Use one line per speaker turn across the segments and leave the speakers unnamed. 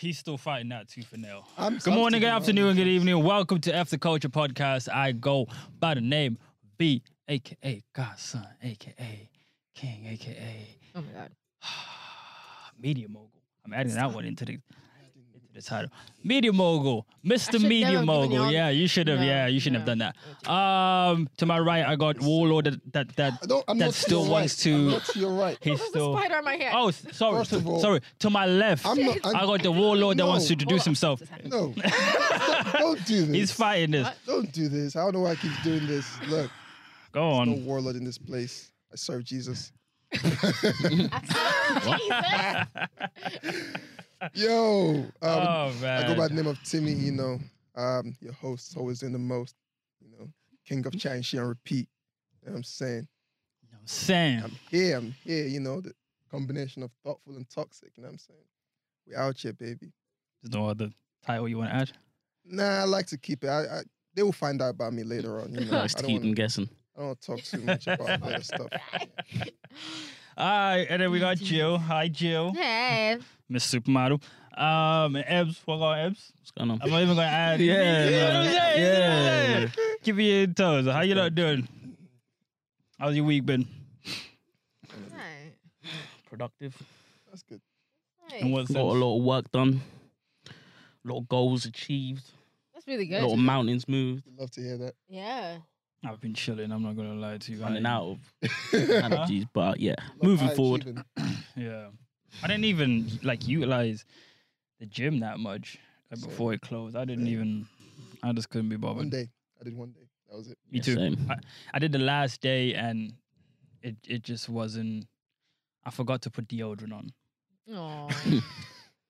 He's still fighting that tooth and nail.
I'm,
Good morning, good afternoon, good evening. Welcome to After Culture Podcast. I go by the name B, aka Godson, aka King, aka
Oh my god.
Media Mogul. I'm adding that one into the into the title. Media Mogul, Mr.
should've
Media
never given
Mogul.
y'all-
Yeah, you should have.
No,
yeah, you shouldn't have
no.
done that. Um, to my right, I got Warlord that that,
I
that
don't, I'm
that
not
still
to your
wants
right. I'm
to-
not to your right.
he's
There's
still.
a spider on my hand.
Oh, s- sorry,
First of all-
sorry. To my left,
I'm not. I'm,
I got the Warlord that wants to
No.
introduce himself.
no. Don't- don't do this.
He's fighting this.
What?
Don't do this. I don't know why I keep doing this. Look,
Go
no
on.
warlord in this place. I serve Jesus.
Jesus.
Yo, um,
Oh
I go by the
man.
name of Timmy. You know, um, your host always in the most. You know, king of chat and shit on repeat. You know what I'm saying
Sam.
I'm here. I'm here. You know, the combination of thoughtful and toxic. You know what I'm saying? We out here, baby.
There's no other title you want to add?
Nah, I like to keep it. I, I they will find out about me later on. You know, I
Nice to
don't
keep
want
them guessing.
I don't want to talk too much about other stuff.
All right, and then we got Jill. Hi, Jill.
hey.
Miss Supermodel. Um, and Ebs. What about Ebs?
What's going on?
I'm not even gonna add.
Yeah,
You know what I'm
man.
saying? You know what I'm
Yeah.
saying? Keep me in toes. How you not doing? How's your week been?
Alright.
Productive.
That's good.
In what sense?
Got a lot of work done. A lot of goals achieved.
That's really
A
good.
lot of mountains moved.
We'd love to hear that.
Yeah.
I've been chilling. I'm not gonna lie to you.
Running
I-
out of energies, but yeah, moving
High
forward.
achieving.
Yeah, I didn't even like utilize the gym that much like,
Same.
before it closed. I didn't even. I just couldn't be bothered.
One day. I did one day. That was it.
Me
Yeah,
too.
same.
I, I did the last day and it it just wasn't. I forgot to put deodorant on,
Aw.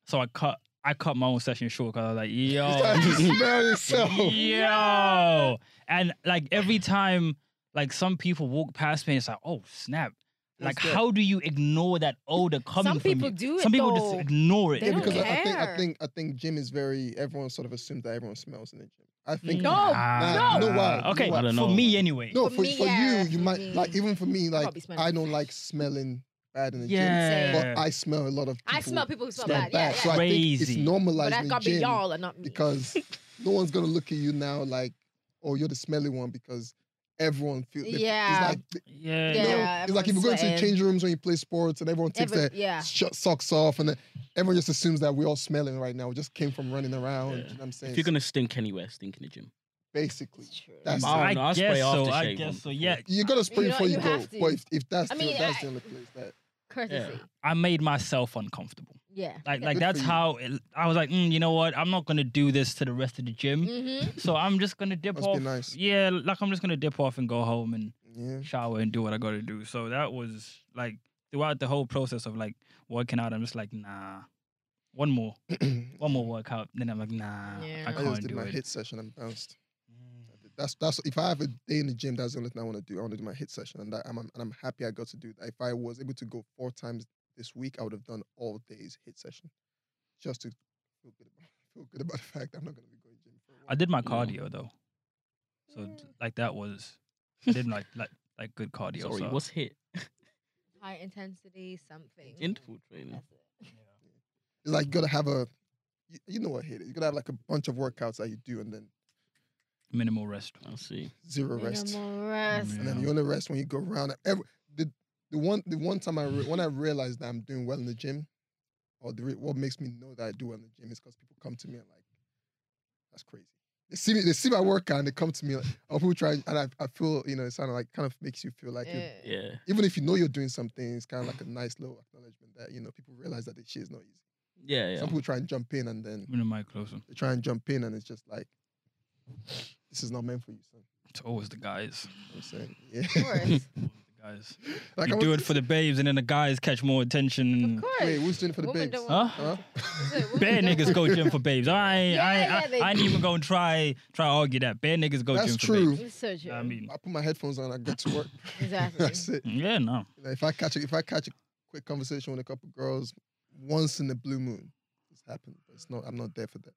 so I cut I cut my own session short because I was like,
Oh.
You started
yo,
to smell yourself.
yo, and like every time, like some people walk past me, and it's like, oh snap. Like,
What's that?
how do you ignore that odor coming
Some
from you?
people do it.
Some people
though.
just ignore it.
They
Yeah,
don't
because I, I think I
care.
think I think gym is very everyone sort of assumes that everyone smells in the gym. I think
No.
Nah.
no. No, why? No,
Ah. Okay,
why? I
don't
for
know.
me anyway.
No,
For
for,
me,
for
yeah,
you, you
for
might
me.
like even for me, like
be smelling
I don't like smelling bad in the
yeah.
gym. But I smell a lot of people
I smell people who smell
smell
bad. Yeah, yeah.
So I think it's
Crazy.
but
normalized
that's
in the
gotta be
gym
y'all and not me.
because no one's gonna look at you now like, oh, you're the smelly one because everyone feels It's
Yeah.
like
yeah.
you know,
Yeah,
it's like if you go into the
everyone's
change rooms when you play sports and everyone takes
Every-
their
yeah.
sh- socks off and then everyone just assumes that we're all smelling right now. We just came from running around.
Yeah.
You know what I'm saying?
If you're gonna stink anywhere, stink in the gym.
Basically.
It's true.
That's
Mild.
it.
I,
no, I spray
guess so. I
aftershave
guess
on
so.
before.
Yeah,
You gotta spray
You know,
before you,
you
go.
have to.
But if, if that's
I
the,
mean,
that's
I-
the only place that
Courtesy.
I made myself uncomfortable.
Yeah.
Like, like
Good
that's
for you.
how it, I was like, mm, you know what? I'm not gonna do this to the rest of the gym.
Mm-hmm.
So I'm just gonna dip
Mm. must
off.
be nice. Mm.
Yeah, like I'm just gonna dip off and go home and
Yeah.
shower and do what I gotta do. So that was like throughout the whole process of like working out, I'm just like, nah, one more, one more workout. Then I'm like, nah,
Yeah.
I
I
I just
can't
did
do
my
it.
hit session and bounced. That's that's if I have a day in the gym, that's the only thing I want to do. I want to do my hit session, and that, I'm I'm- and I'm happy I got to do that. If I was able to go four times this week, I would have done all days hit session, just to feel good about feel good about the fact I'm not going to be going gym for a while.
I did my
Yeah.
cardio though, so
Yeah.
like that was I did like like like good cardio.
Sorry,
so.
what's hit?
High intensity
Mm.
something.
Interval training.
That's it.
It's like you got to have a, you, you know what hit is. You got to have like a bunch of workouts that you do, and then
minimal rest?
I see.
zero rest,
Minimal rest.
and then
Yeah.
you only rest when you go around. Every, the the one the one time I re- when I realized that I'm doing well in the gym, or the re- what makes me know that I do well in the gym is because people come to me and like, that's crazy. They see me, they see my workout, and they come to me. Like, or people try, and I, I feel you know, it kind of like kind of makes you feel like, you
Yeah.
Yeah.
even if you know you're doing something, it's kind of like a nice little acknowledgement that you know people realize that this shit is not easy.
Yeah, yeah.
Some people try and jump in, and then
Bring the mic closer.
they try and jump in, and it's just like, this is not meant for you, son.
It's always the guys.
You know what I'm
Of
saying, yeah.
course.
The guys.
like,
you
I'm
do
like,
it for the babes, and then the guys catch more attention.
Of course.
Wait, who's doing it for the
Women
babes?
don't
Huh?
Huh?
Women
Bare
don't
niggas
want-
go gym for babes. I ain't, I, ain't,
Yeah,
I-
they
I, ain't
do.
even gonna try try argue that. Bare niggas go
That's
gym for babes.
true.
It's so true.
I mean,
I put my headphones on. I go to work.
exactly.
That's it.
yeah, no.
You know, if I catch a, if I catch a quick conversation with a couple girls once in the blue moon, it's happened. But it's not. I'm not there for that.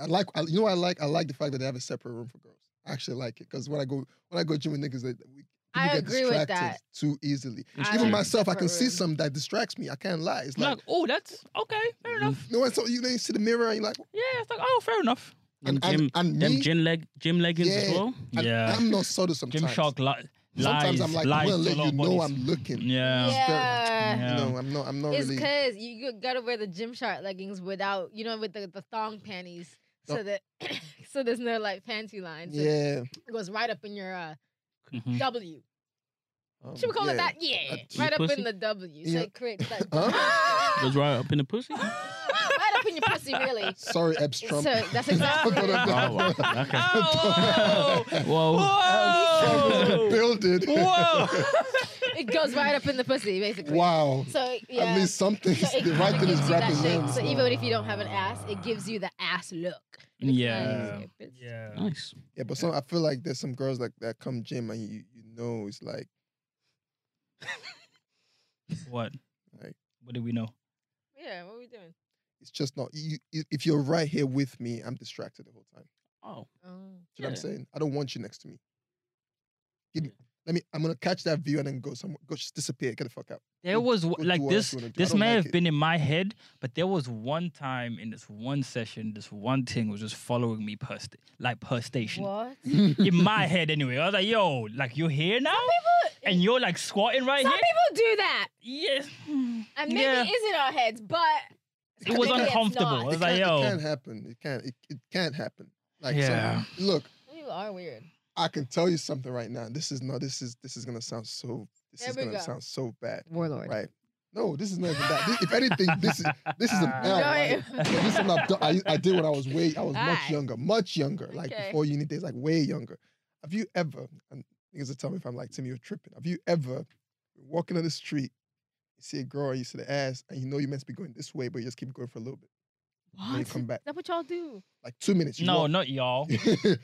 I like. I, you know, what I like. I like the fact that they have a separate room for girls. I actually like it because when I go when I go gym with niggas, they, we, People
I
get
agree with
distracted
that.
too easily.
I
Even
like
myself, I
separate
can see
rooms.
some that distracts me. I can't lie. It's
I'm
like,
like, oh, that's okay, fair enough.
no, and so you, then you see the mirror and you're like,
Yeah, it's like, oh, fair enough.
Them
and,
gym,
and, and
them
me,
gym leg, gym leggings as
Yeah.
well.
and
yeah,
I'm not subtle sometimes.
Jim Shark li- lies,
Sometimes I'm like, I'm
lies
gonna
to a
let
lot
you
of
know
bodies.
I'm looking.
Yeah.
It's
Yeah.
Yeah.
No, I'm not. I'm not
It's
really.
because you, you gotta wear the Gymshark leggings without, you know, with the, the thong panties, so
Thong-
that so there's no like panty line. So
Yeah.
it goes right up in your uh,
Mhm.
W.
um,
Should we call
yeah.
it that? Yeah,
Your
right up
pussy?
in the W. So
Yeah.
it creates like
Huh?
Goes right up in the pussy.
right up in your pussy, really.
Sorry, Ebbs Trump.
So that's exactly.
Hold on,
Wow, wow. Okay.
Oh,
Whoa.
Oh,
Trump
whoa,
builded.
whoa,
it goes right up in the pussy, basically.
wow.
So yeah.
At least something.
So it
the right
kinda
thing is
gives you that
grabbing
shape.
hands.
So even if you don't have an ass, it gives you the ass look. And it's
Yeah.
nice. It's-
yeah.
Nice.
Yeah, but some I feel like there's some girls like that come gym and you you know it's like
What?
Like-
What do we know?
Yeah. What are we doing?
it's just not you. you- If you're right here with me, I'm distracted the whole time.
Oh.
Do
Oh.
you know what
Yeah.
I'm saying? I don't want you next to me. Give me.
Yeah.
Let me. I'm gonna catch that view and then go somewhere. Go just disappear. Get the fuck out.
There
Go-
was
go
w-
do
like
what else
this.
you wanna do. I
This
don't
may
like
have
it.
been in my head, but there was one time in this one session, this one thing was just following me per st- like per station.
What?
In my head, anyway, I was like, "Yo, like you're here now, and you're like squatting right
Some
here."
people do that,
Yes,
and maybe
Yeah.
it is in our heads, but
it was
maybe it's
uncomfortable. I
not.
was
it,
like,
can't, it
"Yo,
can't happen. It can't. It, it can't happen. Like some-
Yeah.
look,
You are weird.
I can tell you something right now. This is not. This is. This is gonna sound so. This
Here
is
we
gonna
go.
sound so bad.
Warlord.
Right. No, this is not even that. This- if anything, this is this is an L. right?
Right.
This is something I've done, I, I did when I was way, I was much
Alright.
younger, much younger, like
Okay.
before uni days, like way younger. Have you ever, and niggas will tell me if I'm like, Timmy, you're tripping. Have you ever been walking on the street, you see a girl, and you see the ass, and you know you're meant to be going this way, but you just keep going for a little bit. And then you
What?
come back.
Is that what y'all do?
Like two minutes. you
no,
walk.
not y'all."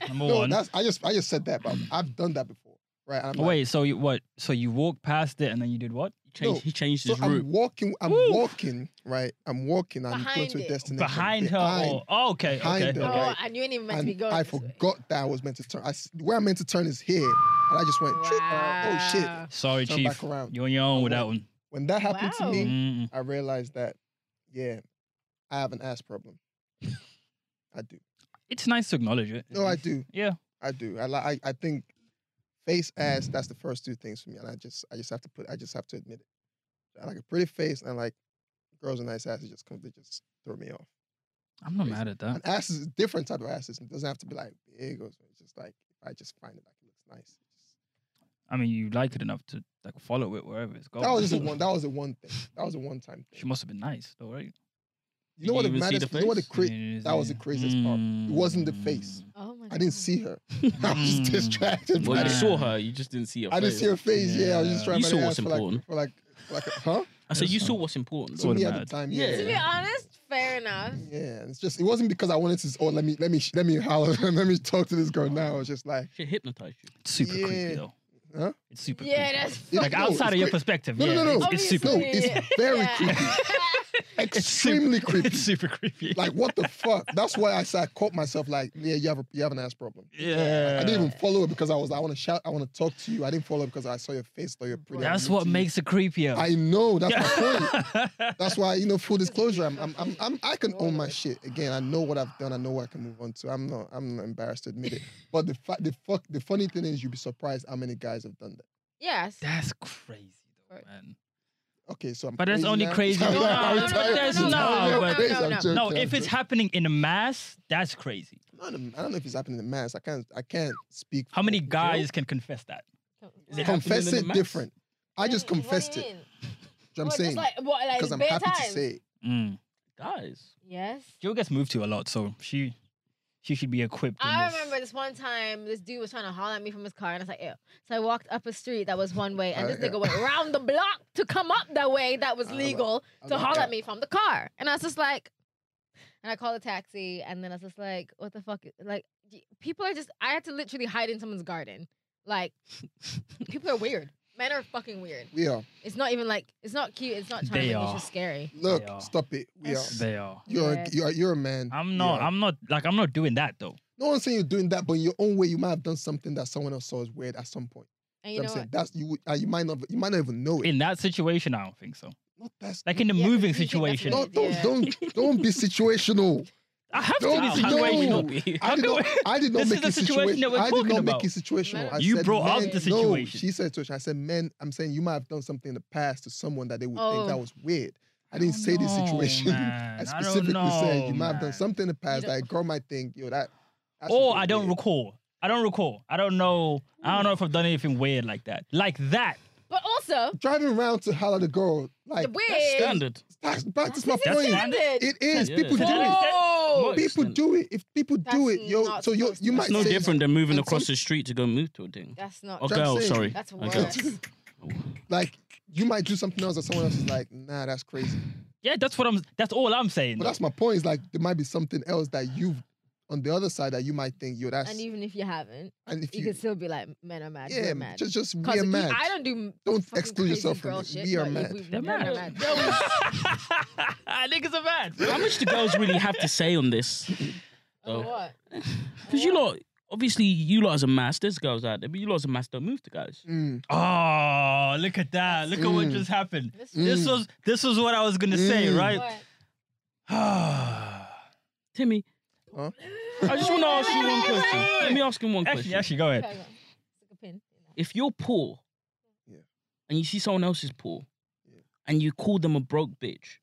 Number
no,
one.
that's, I just I just said that, but I've done that before. Right. and I'm
Oh,
like,
wait, so you what? So you walked past it and then you did what?
Changed,
No,
He changed
so
his
I'm
route.
walking, I'm
Woo.
walking, right? I'm walking, I'm going
Behind
to a
it.
destination.
Behind her?
behind
Or, oh, okay, okay,
Behind
okay.
her.
Oh,
Right.
and you ain't even meant to be
and
going.
I
this way.
forgot that I was meant to turn. I s- where I'm meant to turn is here, and I just went. "Shit, Oh
Wow.
shit!
Sorry,
Turn
chief.
back around.
You're on your own with that one.
When that happened to
Wow.
me,
Mm-mm.
I realized that, yeah, I have an ass problem. I do.
It's nice to acknowledge it.
No, I do.
Yeah.
I do. I li- I I think face ass. That's the first two things for me, and I just I just have to put. I just have to admit it. I like a pretty face and like girls with nice asses just come. They just throw me off.
I'm not mad
Uh
at that.
And ass is a different type of asses. It doesn't have to be like big or something. It's just like I just find it like it looks nice.
I mean, you like it enough to like follow it wherever it's going.
That was just a
Oh.
one. That was a one thing. That was a one time
She
thing.
must have been nice, though, right?
You know what the
Did you even see
maddest?
the
You know what the
face?
cra- that was the craziest part. It wasn't the face.
Oh my
I didn't
God.
see her. I was just
Mm.
distracted.
Well,
by
you
it.
saw her. You just didn't see her.
I didn't
face.
see her face. Yeah, I was just
Yeah.
trying
You
to
saw what's
for like,
important.
for like, for like, a, huh?
I said you
That's
saw
fine.
what's important.
So
To
What
me
about-
at the time, yeah.
Yeah.
To be honest, fair enough.
Yeah, it's just it wasn't because I wanted to. Oh, let me, let me, sh- let me holler, let me talk to this girl now. It's just like,
She hypnotized you.
It's super creepy,
Yeah.
though.
Huh?
It's super
Yeah,
creepy.
that's
Yeah,
like
no,
outside
it's
of your
cre-
perspective.
no, no,
yeah,
no, no.
It's, it's super
no,
Obviously,
creepy.
it's very
yeah.
creepy,
It's super-
extremely creepy.
It's super creepy.
Like, what the fuck? That's why I said I caught myself. Like, yeah, you have a, you have an ass problem.
yeah.
I didn't even follow it because I was. I want to shout. I want to talk to you. I didn't follow it because I saw your face. Though you're pretty. I
That's
looked
what
to you.
makes it creepier.
I know. That's my point.
Yeah.
That's why you know full disclosure. I'm, I'm, I'm, I'm I can own my shit again. I know what I've done. I know what I can move on to. I'm not I'm not embarrassed to admit it. But the fa- the fuck the funny thing is you'd be surprised how many guys have done that.
Yes.
That's crazy, though,
Right.
man.
Okay, so I'm
But that's
crazy
only
now?
crazy
I'm
because-
tired.
No, no, no,
I'm
that's
tired.
not,
I'm
but-
crazy.
No,
I'm
no.
joking,
No,
I'm
if it's
joking.
happening in a mass, that's crazy.
I don't I don't know if it's happening in mass. I can't I can't speak.
How many
for-
guys can confess that?
Is it happening
confess
in the
it
mass?
different? I just
What do you
confessed it.
mean?
You know
What,
what I'm saying
Just like, what, like
because I'm
bare
happy
time?
to say it.
Mm.
Guys.
Yes.
Jill gets moved to a lot, so she she should be equipped. in
I
this.
remember this one time, this dude was trying to holler at me from his car, and I was like, ew. So I walked up a street that was one way, and
Uh,
this
yeah.
nigga went round the block to come up that way that was
Uh,
legal
I was
to
like,
holler
yeah.
at me from the car. And I was just like, and I called a taxi, and then I was just like, what the fuck? Like, y- people are just, I had to literally hide in someone's garden. Like, people are weird. Men are fucking weird.
We are.
It's not even like, it's not cute, it's not
They
charming, it's
are.
just scary.
Look,
They are.
stop it. We are.
That's-
They are.
You're a,
Yeah.
you're you're a man.
I'm not.
Yeah.
I'm not. Like I'm not doing that though.
No one's saying you're doing that, but in your own way, you might have done something that someone else saw as weird at some point.
And
You
you
know what
know
I'm
what?
saying? That's you. would- uh, You might not. You might not even know it.
In that situation, I don't think so.
Not that's.
Like in the
Yeah, 'cause
moving
you think that's what
situation,
Don't
it
don't
Yeah.
don't don't be situational.
I have
Don't
to
be
be
How can we
no.
situational.
not be?
I did
How
not.
come-
I did not
This
make
is the
it
situation that
situational.
we're
I did
talking
not make
about.
it situational. I
You
said
brought up
men-
the
No,
situation.
she said situation. I said men. I'm saying you might have done something in the past to someone that they would think
Oh.
that was weird. I didn't
don't
say this
know,
situation.
man.
I
don't
specifically said you
know,
might have done
man.
something in the past
don't-
that a girl might think, yo, that. that's a
Or
bit
I don't
weird.
recall. I don't recall. I don't know. I don't know if I've done anything weird like that. Like that.
But also,
Driving around to holler at a girl like
the weird.
That's standard.
that's practice my
That's
point.
standard.
It is
Yeah.
people
To
do
that
it.
extent-
Whoa!
Mo-
People do it. If people do
That's
it, yo,
not
so you
supposed
you
to
might
It's no
say
different than moving
and
across
some-
the street to go move to a thing.
That's not.
Or
That's what I'm
girl,
saying.
sorry.
That's
Okay.
worse.
like you might do something else that someone else is like, nah, that's crazy.
Yeah, that's what I'm. That's all I'm saying.
But that's my point. Is like there might be something else that you've on the other side that you might think, yo, that's
And even if you haven't,
and if
you,
you
can still be like, men are mad.
yeah,
we're mad.
just just we
Because
are mad.
I don't do.
Don't
fucking
exclude
crazy
yourself from
girl
it.
shit,
We are
but if
mad.
we-
They're
men are
mad.
mad.
Niggas are mad. bro.
How much do girls really have to say on this?
Oh,
Oh.
what?
Because you lot, obviously, you lot as a mass, there's girls out there, but you lot as a mass don't move to guys.
Mm,
Oh, look at that! Look at what
Mm.
just happened.
This-
Mm.
This was this was what I was gonna say,
Mm.
right?
what?
Timmy,
huh?
I just want to ask you one
Wait, wait,
question.
wait.
Let me ask him one
actually,
question.
actually, go ahead.
Okay, go on. Stick a pin in that.
If you're poor
Yeah.
and you see someone else is poor
Yeah.
and you call them a broke bitch,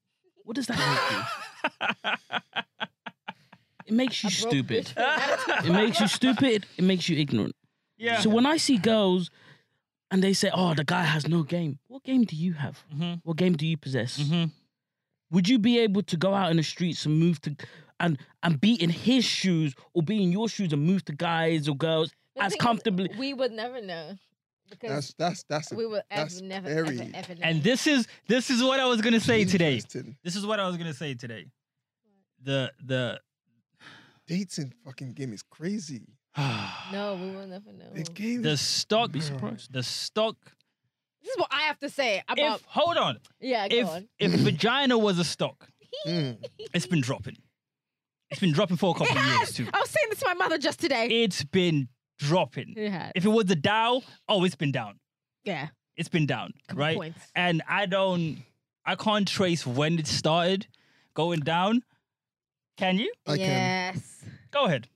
what does that make you? It makes you
A broke
stupid.
bitch with an attitude.
It makes you stupid. It makes you ignorant.
yeah.
So when I see girls and they say, "Oh, the guy has no game," what game do you have?
Mhm,
What game do you possess?
mhm.
Would you be able to go out in the streets and move to and and be in his shoes or be in your shoes and move to guys or girls?
But the
as
thing is,
comfortably-
We would never know because
That's that's that's a-
we would
that's
ever, never,
very-
ever, ever know.
And this is this is what I was gonna say today.
interesting.
This is what I was gonna say today. The the
Dating fucking game is crazy.
no, we will never know.
The
This
game
the
is
stock
Be surprised.
the stock.
is what I have to say about.
If hold on,
yeah, go
if
on.
if vagina was a stock,
Mm.
it's been dropping. It's been dropping for a
It
couple of years
has.
too.
I was saying this to my mother just today.
It's been dropping.
It has.
If it was the Dow, oh, it's been down.
Yeah.
It's been down,
couple
right?
Points.
And I don't, I can't trace when it started going down. Can you?
I can.
yes.
Go ahead.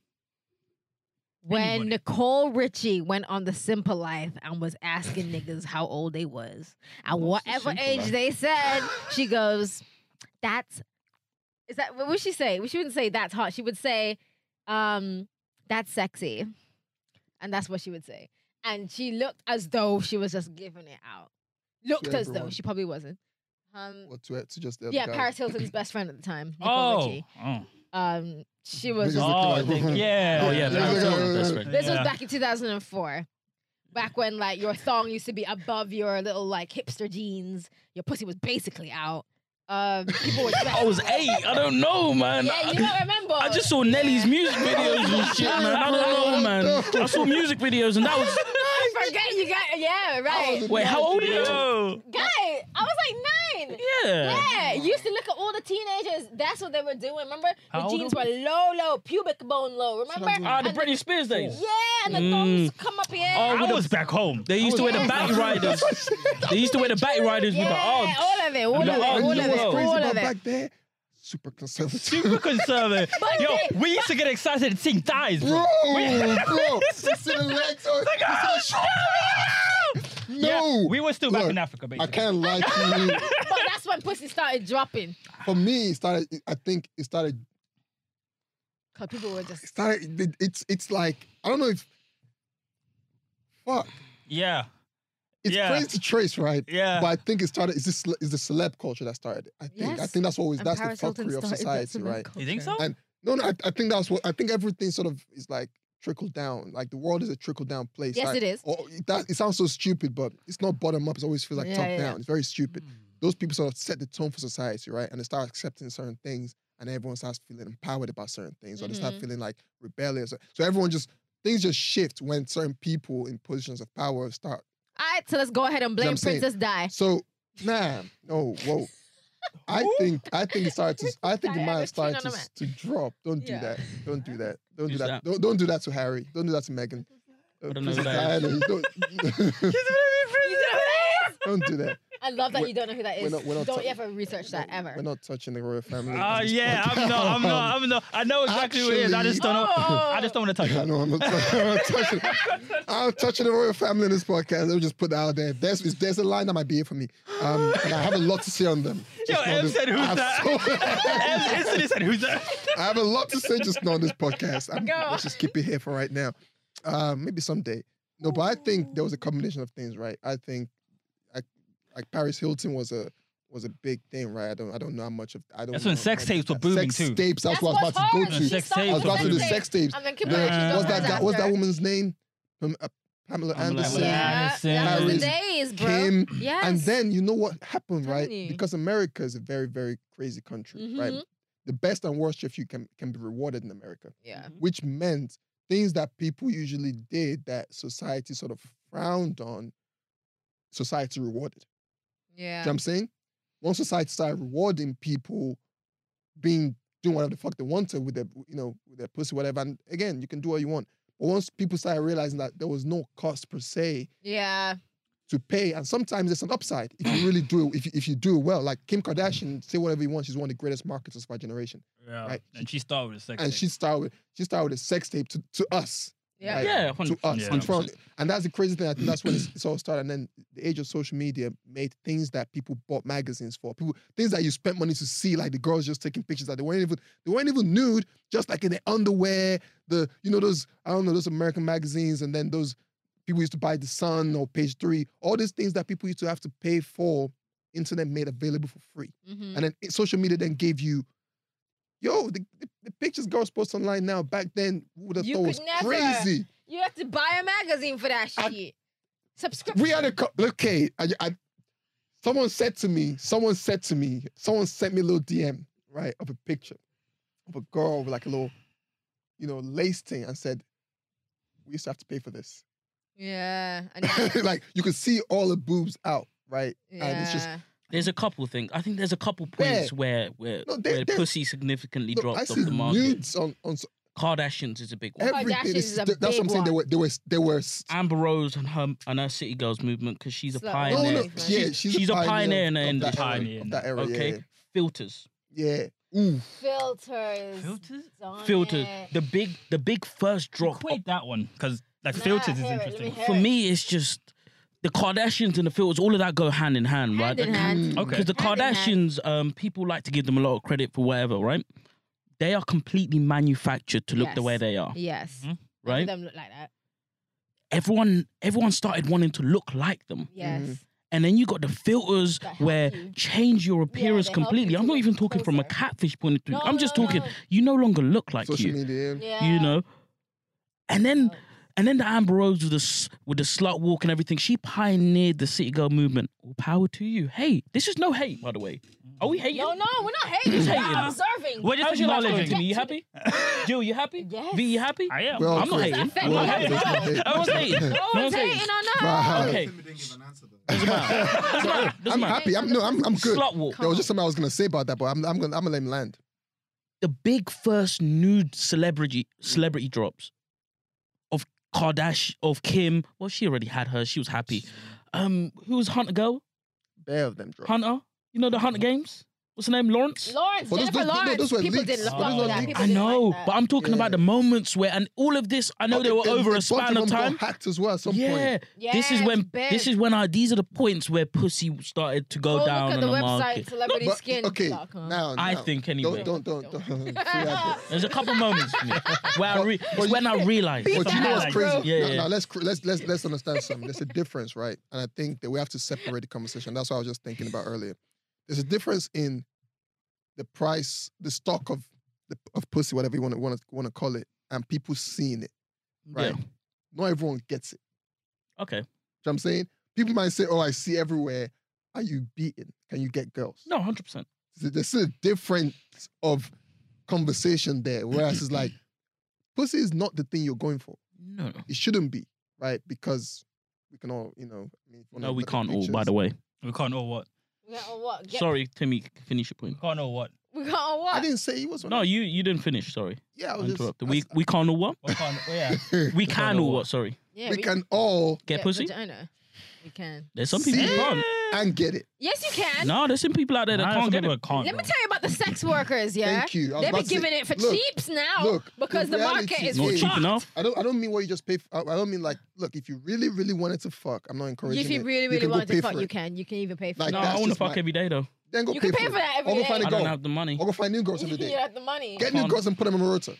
When
Anybody.
Nicole Richie went on The Simple Life and was asking niggas how old they was, and
What's The
whatever
Simple
age
Life?
they said, she goes, "That's is that what would she say? She wouldn't say that's hot. She would say, um, that's sexy," and that's what she would say. And she looked as though she was just giving it out. Looked as though
everyone.
she probably wasn't. Um,
What to to just the other
yeah,
guy.
Paris Hilton's best friend at the time. Nicole
Oh,
Richie.
oh,
Um, she was.
Niggas
oh, I
looking like-
think- yeah,
Oh
yeah.
yeah,
Yeah,
Paris
yeah,
Hilton,
yeah,
best
yeah.
friend.
This was
Yeah.
back in 2004. Back when like your thong used to be above your little like hipster jeans, your pussy was basically out. Um, people were
I was eight. I don't know, man.
Yeah, you don't remember.
I just saw Nelly's music videos and shit, man. I don't know, man. I saw music videos and that was.
I forget you got yeah
was
right.
a-
Wait, how old are you?
Yo.
Guy, I was like nine.
Yeah.
Yeah, you used to look at all the teenagers. That's what they were doing. Remember,
How
the
old
jeans
were
were low, low, pubic bone low. Remember?
I'm doing.
Ah, the
And
Britney Spears days.
Yeah, and the
Mm.
thongs come up here.
Oh,
I
with the-
was back home. Oh,
They used to wear the
Yeah.
batty riders. They used to wear the batty riders with the
yeah,
arms.
all of it, all of
And
it,
the
And
all
arms.
you
of
know
it,
what's
Whoa.
crazy
all
about
of it.
back there? Super conservative.
Super conservative.
But
Yo,
they-
we used to get excited seeing thighs, bro.
Bro, bro, six to the legs. Or, no,
Yeah, we were still back
Look,
in Africa,
I
basically.
can't lie to you.
But that's when pussy started dropping.
For me, it started. I think it started.
Cause people were just
It started. it- it's it's like I don't know if. Fuck,
Yeah,
it's
Yeah.
crazy to trace, right?
yeah.
But I think it started. It's this. It's the celeb culture that started. it. I think. I
Yes.
think that's what was.
And
That's
Paris
the
Hilton
fuckery of
started that
society,
sort of
right?
you think so?
culture.
And no, no. I, I think that's what. I think everything sort of is like trickle down. Like the world is a trickle down place.
Yes,
like,
it is.
Or it- that it sounds so stupid, but it's not bottom up. It always feels like
Yeah,
top
yeah, yeah.
down. It's very stupid.
Hmm.
Those people sort of set the tone for society, right? And they start accepting certain things, and everyone starts feeling empowered about certain things, or they start
Mhm.
feeling like rebellious. So everyone just things just shift when certain people in positions of power start.
All right, so let's go ahead and blame
I'm saying.
Princess Di.
So nah, no, whoa. I think I think it started to. I think it
Sorry, I
might have
was chewing
started to,
on a
s- to drop. Don't do
Yeah.
that. Don't do that. Don't do
Who's
that. Don't, don't do that to Harry. Don't do that to Meghan. Uh,
I don't know
Princess
that.
Diana, you don't, don't do that.
I love that
We're-
you don't know who that
we're
is.
not- we're not
don't
talking-
ever research that ever.
We're not touching the royal family.
Oh
Uh,
on this
yeah, I'm not. I'm not. I'm not. I know exactly who it is. I just don't know.
Oh.
I just don't want to touch
I
it.
know I'm not, I'm not touching. I'm touching the royal family in this podcast. Let me just put that out there. If there's if there's a line that might be it for me, um, and I have a lot to say on them.
Yo,
Just not
Em
this-
said,
I
"Who's
have
that?"
so-
Em instantly said, "Who's that?"
I have a lot to say just not on this podcast. I'm,
Go.
let's just keep it here for right now. Um, maybe someday. No, but I think there was a combination of things, right? I think, I, like Paris Hilton was a was a big thing, right? I don't I don't know how much of I don't.
That's
know
when
how
sex
much
tapes were
of that-
booming
sex
too.
tapes. That's,
That's
what I was
what's
about to
hard.
go to.
Sex tapes
She
I was
were
about to do
booming.
the sex tapes.
And then Kim
Yeah.
Kardashian
What's
goes
that guy?
after
What's that
her.
woman's name? Pam- uh, Pamela
Pamela
Anderson.
Yeah, that was the
Paris,
days, bro.
Kim,
yes.
And then you know what happened, right?
telling you.
Because America is a very, very crazy country, right?
Mhm.
The best and worst of you can can be rewarded in America,
yeah,
which meant things that people usually did that society sort of frowned on, society rewarded.
yeah,
Do you know what I'm saying? Once society started rewarding people being doing whatever the fuck they wanted with their you know, with their pussy, whatever, and again, you can do what you want. But once people started realizing that there was no cost per se,
yeah.
to pay, and sometimes there's an upside if you really do it. If you, if you do it well, like Kim Kardashian, say whatever you want, she's one of the greatest marketers of our generation,
Yeah,
Right.
and she started with a sex
and
tape.
she started with she started with a sex tape to, to us,
Yeah.
Right.
Yeah,
to
100%.
us,
Yeah.
in front. and that's the crazy thing. I think that's when it's, it's all started. And then the age of social media made things that people bought magazines for, people things that you spent money to see, like the girls just taking pictures that they weren't even they weren't even nude, just like in their underwear. The you know those I don't know those American magazines, and then those people used to buy the Sun or Page Three, all these things that people used to have to pay for. Internet made available for free,
hmm
and then it- social media then gave you. Yo, the, the, the pictures girls post online now. Back then, who would have
You
thought
could
was
never.
crazy.
You have to buy a magazine for that
I-
shit. Subscription.
we had a co- okay. I, I, someone said to me, someone said to me, someone sent me a little DM right of a picture of a girl with like a little, you know, lace thing, and said, "We used to have to pay for this."
Yeah, I know.
like you could see all the boobs out, right?
yeah.
And it's just
There's a couple things. I think there's a couple
Yeah.
points where where,
No, there-
where
there-
pussy significantly
Look,
dropped
I
off
see
the market.
nudes on on s-
Kardashians is a big
Oh
one.
everything.
Kardashians
It's-
is a
th- that's what I'm
big
saying. There
one.
were there was there was
Amber Rose and her and her City Girls movement because she's a
no
Slut.
pioneer.
no
Pioneer.
Oh, yeah.
She's-
She's,
she's a pioneer in
of
her
that
industry.
era,
Pioneer in
of that era.
okay, filters,
Yeah. yeah. Ooh.
filters.
Filters?
Done
filters.
it.
The big the big first drop.
Quit that one because like
Nah,
filters is
hear it, let
interesting.
me hear
For
it.
me, it's just the Kardashians and the filters. All of that go hand in hand, right?
Hand in
Like,
hand.
Mm.
Okay.
Because the
Hand in hand.
Kardashians, um, people like to give them a lot of credit for whatever, right? They are completely manufactured to look the
Yes.
way they are,
Mm-hmm. Yes.
Mhm.
None of
Mm-hmm. right?
Them look like that.
Everyone, everyone started wanting to look like them,
Yes.
Mm-hmm.
and then you got the filters
That help
where
you.
change your appearance
they help you
completely.
to
I'm not
look
even talking from a
closer.
catfish point of view.
No,
I'm just
no,
talking.
no.
You no longer look like
Social
you,
media.
Yeah.
you know. And then,
Oh.
and then the Amber Rose with the s- with the slut walk and everything. She pioneered the city girl movement. All power to you. Hey, this is no hate, by the way. Are we hating?
No, no, we're not hating.
Just
we're
hating.
not observing.
We're
How's
just
your life going,
acknowledging.
Jimmy? You happy? Jill, you happy?
Yes.
V, you happy?
I am.
Well,
I'm not
okay.
hating.
Well,
I'm not hating.
okay.
I was hating.
No
No
one's
one's
hating
hating.
on us.
Wow.
Okay.
Tim didn't give an answer though.
Doesn't matter. Doesn't matter. Doesn't
I'm
matter.
happy. I'm no. I'm I'm good.
Slut walk.
There was just something I was gonna say about that, but I'm I'm gonna I'm gonna let him land.
the big first nude celebrity celebrity drops of Kardashian of Kim. Well, she already had her. She was happy. Um, who was Hunter girl?
Bear of them dropped.
Hunter. You know the Hunter games. What's her name? Lawrence.
Lawrence,
Well, those-
Jennifer
those- no,
Lawrence.
those were
people
leaks.
didn't
Those
look
were
like that.
leaks.
People
I
didn't
know,
like that.
but I'm talking about
Yeah.
the moments where, and all of this. I know
Oh,
they were
then
over
the
a
bunch
span
them
of
got
time.
hacked as well at some point.
Yeah, this is
Yes,
when
babe.
this is when I these are the points where pussy started to
Go
go
look
down
at
on
the,
the,
website
market.
But,
celebrityskin.com.
okay, now,
Uh-huh.
I
now,
think anyway.
Don't don't don't. don't. Free advert.
There's a couple moments for me where I
But-
re-
but
it's when I realized.
Beat
But you know what's
Like,
crazy?
bro.
Yeah,
now,
yeah.
now let's cr- let's let's let's understand something. There's a difference, right? And I think that we have to separate the conversation. That's what I was just thinking about earlier. There's a difference in the price, the stock of the of pussy, whatever you want to want to want to call it, and people seeing it. Right.
Yeah.
Not everyone gets it.
Okay.
You know what I'm saying? People might say, Oh, I see everywhere. Are you beaten? Can you get girls?
No, hundred percent.
Th- There's a difference of conversation there. Whereas it's like, pussy is not the thing you're going for.
No.
It shouldn't be, right? Because we can all, you know, I mean, if you
No,
wanna
we
look at
can't all, by
pictures-
the way.
We can't know what.
Yeah, or what? Get-
Sorry, Timmy, finish your point.
We can't know what.
We got on what?
I didn't say he was one.
No, you you didn't finish. Sorry,
yeah, I
I
was just.
interrupted.
I
We
s-
we can't all what?
We can't. oh, Yeah.
We
can't
can
all
all
what.
what? Sorry.
Yeah,
we, can all
Get pussy?
Vagina. We can.
There's some people
See?
who can't.
and get it.
Yes, you can.
No, there's some people out there that
Nah,
can't
some
get
people
it.
can't,
Let me
bro.
tell you about the sex workers, yeah?
Thank you. I was
They've
about
been
to say-
giving it for
look,
cheaps now
look,
because
the
the market
reality
is
Not
is-
cheap
fucked.
enough.
I don't. I don't mean what you just pay. For, I, I don't mean like. Look, if you really, really wanted to fuck, I'm not encouraging.
If you
it.
really,
can
really
go
wanted
pay
to fuck,
for
you
it.
can. You can even pay for
Like
it.
No,
that's
I want to
just
fuck
my-
every day though.
Then go
You
pay,
can pay for that
Or
every
go
day.
find
I
a
don't
girl.
have the money.
Or go find new girls every
you
day.
have the money.
Get new
Can't.
girls and put them on a rotor.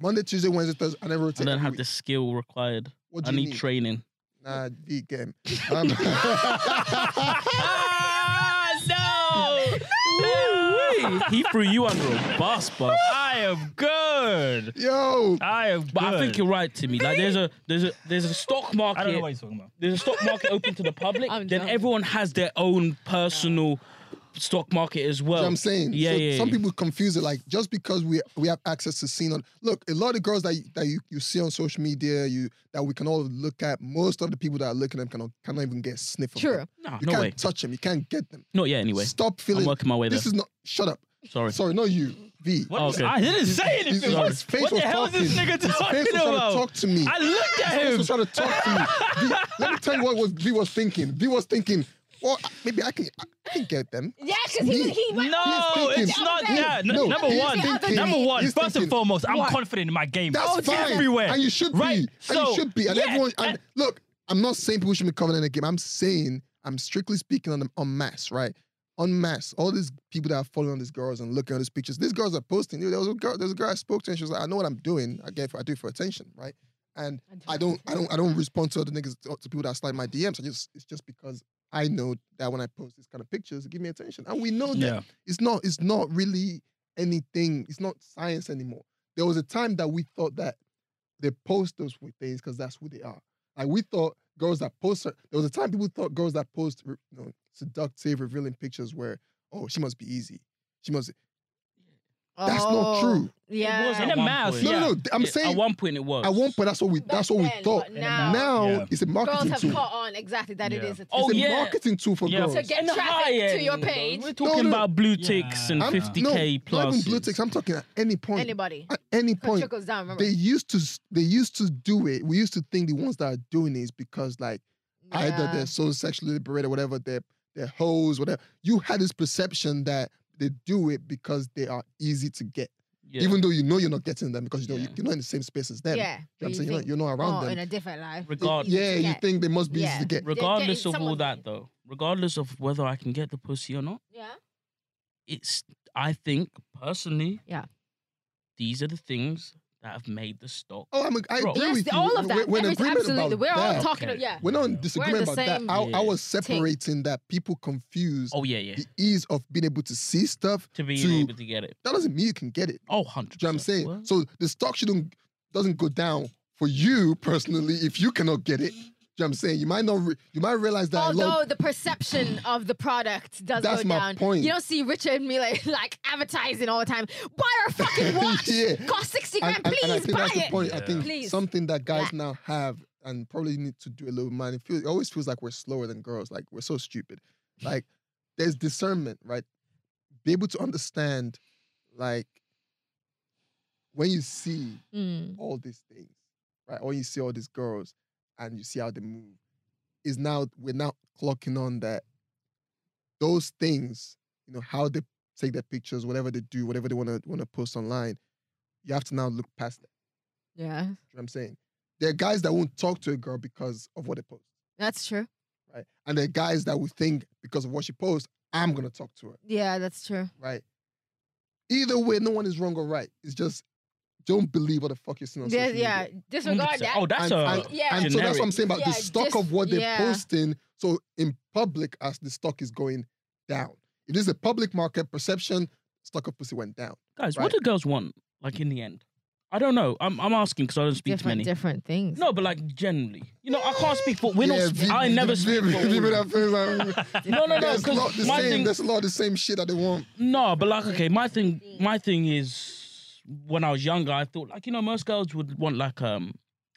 Monday, Tuesday, Wednesday, Thursday, and then rotate.
I don't
every
have
week.
the skill required.
What
I
do you
need training.
Nah, V game. Um,
no! he threw you under a bus, but
I am good.
yo,
I am good.
but I think you're right, Timmy. Like there's a there's a there's a stock
I don't know what
market.
you're talking about.
There's a stock market open to the public.
I'm
then
done.
everyone has their own personal stock market as well.
You know what I'm saying,
Yeah,
So
yeah,
some
yeah.
people confuse it. Like just because we we have access to seeing on look, a lot of girls that that you, you see on social media, you that we can all look at. Most of the people that are looking at them cannot cannot even get a sniff of
True.
them.
Nah,
You
no
can't
way.
touch them. You can't get them.
Not yet. Anyway,
Stop
I'm
feeling.
working my way there.
This is not. Shut up.
Sorry.
Sorry, no you. V.
What
Oh,
is-
okay.
I didn't say
His-
anything.
his
What,
face
what the
was
hell is this
talking.
nigga
His
talking
face was trying
about?
to talk to me.
I looked at
He
him.
was trying to talk to me. V, let me tell you what was V was thinking. V was thinking. Well, maybe I can I can get them.
Yeah, because he,
Me.
he went
No,
thinking.
it's not
He's
that. N-
no,
number
he's
one,
thinking.
number one.
He's
First and
thinking.
forenost, I'm
What?
confident in my game.
That's
Oh,
fine.
everywhere.
And you should
Right,
be. and
so-
you should be. And
yeah,
everyone.
and-
And, look, I'm not saying people should be covered in a game. I'm saying I'm strictly speaking on them on mass, right? On mass, all these people that are following these girls and looking at these pictures, these girls are posting. There was a girl. There was a girl I spoke to, and she was like, "I know what I'm doing. I get. For, I do it for attention, right?" And I don't. I don't. I don't respond to other niggas to people that slide my DMs. I just. It's just because I know that when I post these kind of pictures, it give me attention, and we know that
Yeah.
it's not it's not really anything it's not science anymore there was a time that we thought that they post us with things because that's who they are like we thought girls that post cer- there was a time people thought girls that post re- you know, seductive revealing pictures were oh she must be easy she must that's not true
Oh, Yeah.
It was
In
at
the
one
math,
point.
no
Yeah.
no no i'm
Yeah,
saying
at one point it was.
i won't but that's what we
Back
that's what we
then,
thought
but
now-
now,
now
Yeah.
it's a
girls
marketing
have
tool
caught on exactly that it
Yeah.
is. A
Oh,
it's a
yeah.
marketing tool for
Yeah,
girls
so
To get
And
traffic
high
to your
end, though.
page.
We're talking
no.
about blue ticks and
I'm-
50k
no,
plus.
not even blue ticks i'm talking at any point
Anybody.
at any point
Trickles down, remember?
they used to s- they used to do it. We used to think the ones that are doing it is because like either
Yeah.
they're so sexually liberated, whatever they're they're hoes, whatever. You had this perception that they do it because they are easy to get,
Yeah.
even though you know you're not getting them because you know
Yeah.
you're not in the same space as them. You
Yeah.
know what I'm
you
saying? You're, not,
think,
you're not around
oh,
them.
in a different life.
Regard-
You- you
yeah, you
get-
think they must be
Yeah.
easy to get.
They're
regardless
getting
of all
someone-
that though, regardless of whether I can get the pussy or not,
Yeah.
it's I think personally,
Yeah.
these are the things that have made the stock.
Oh, I'm, I
Bro.
agree
Yes,
with you.
all of
We're-
that.
We're, in
Every-
agreement
absolutely.
about
We're
that.
all talking.
Okay.
Yeah.
We're not in disagreement about that.
same
I, I
Yeah.
was separating that people confuse
Oh yeah, yeah.
the ease of being able to see stuff.
To be
to-
able to get it.
That doesn't mean you can get it.
Oh, 100
Do you know what I'm saying? So the stock shouldn't doesn't go down for you personally if you cannot get it. Do you know what I'm saying? You might not re- you might realize that a lot
Although the perception of the product Oh, does
That's
go
my
down.
point.
You don't see Richard and me like, like advertising all the time. Buy our fucking watch.
Yeah.
Cost 60
and,
grand.
and-
Please
and I think
buy
that's the
it.
point. I
Yeah.
think
Please.
something that guys
Yeah.
now have and probably need to do a little man. It, feels, it always feels like we're slower than girls. Like we're so stupid. Like there's discernment, right? Be able to understand, like when you see
Mm.
all these things, right? Or you see all these girls and you see how they move, is now we're now clocking on that those things, you know, how they take their pictures, whatever they do, whatever they want to want to post online, you have to now look past that.
Yeah.
You know what I'm saying? There are guys that won't talk to a girl because of what they post,
That's true.
right? And there are guys that will think because of what she posts, I'm gonna talk to her,
Yeah, that's true.
right? Either way, no one is wrong or right. It's just don't believe what the fuck you're seeing on
Yeah,
social media.
yeah. Disregard that.
Oh, that's
And-
a
and-
yeah.
And so that's what I'm
generic.
saying about the
Yeah,
stock
just-
of what they're
yeah.
posting. So in public, as the stock is going down, it is a public market perception. Stock of pussy went down.
guys.
right.
What do girls want? Like in the end, I don't know. I'm I'm asking because I don't speak to
different,
many.
different things.
No, but like generally, you know, I can't speak for. We're
Yeah,
not.
vi-
I
vi-
never
vi-
speak
vi-
for. all of
people
them.
that feel like,
No, no, no.
There's a lot
Because
the
my
same.
thing,
There's a lot of the same shit that they want.
No, but like okay, my thing my thing is when I was younger, I thought like, you know, most girls would want like um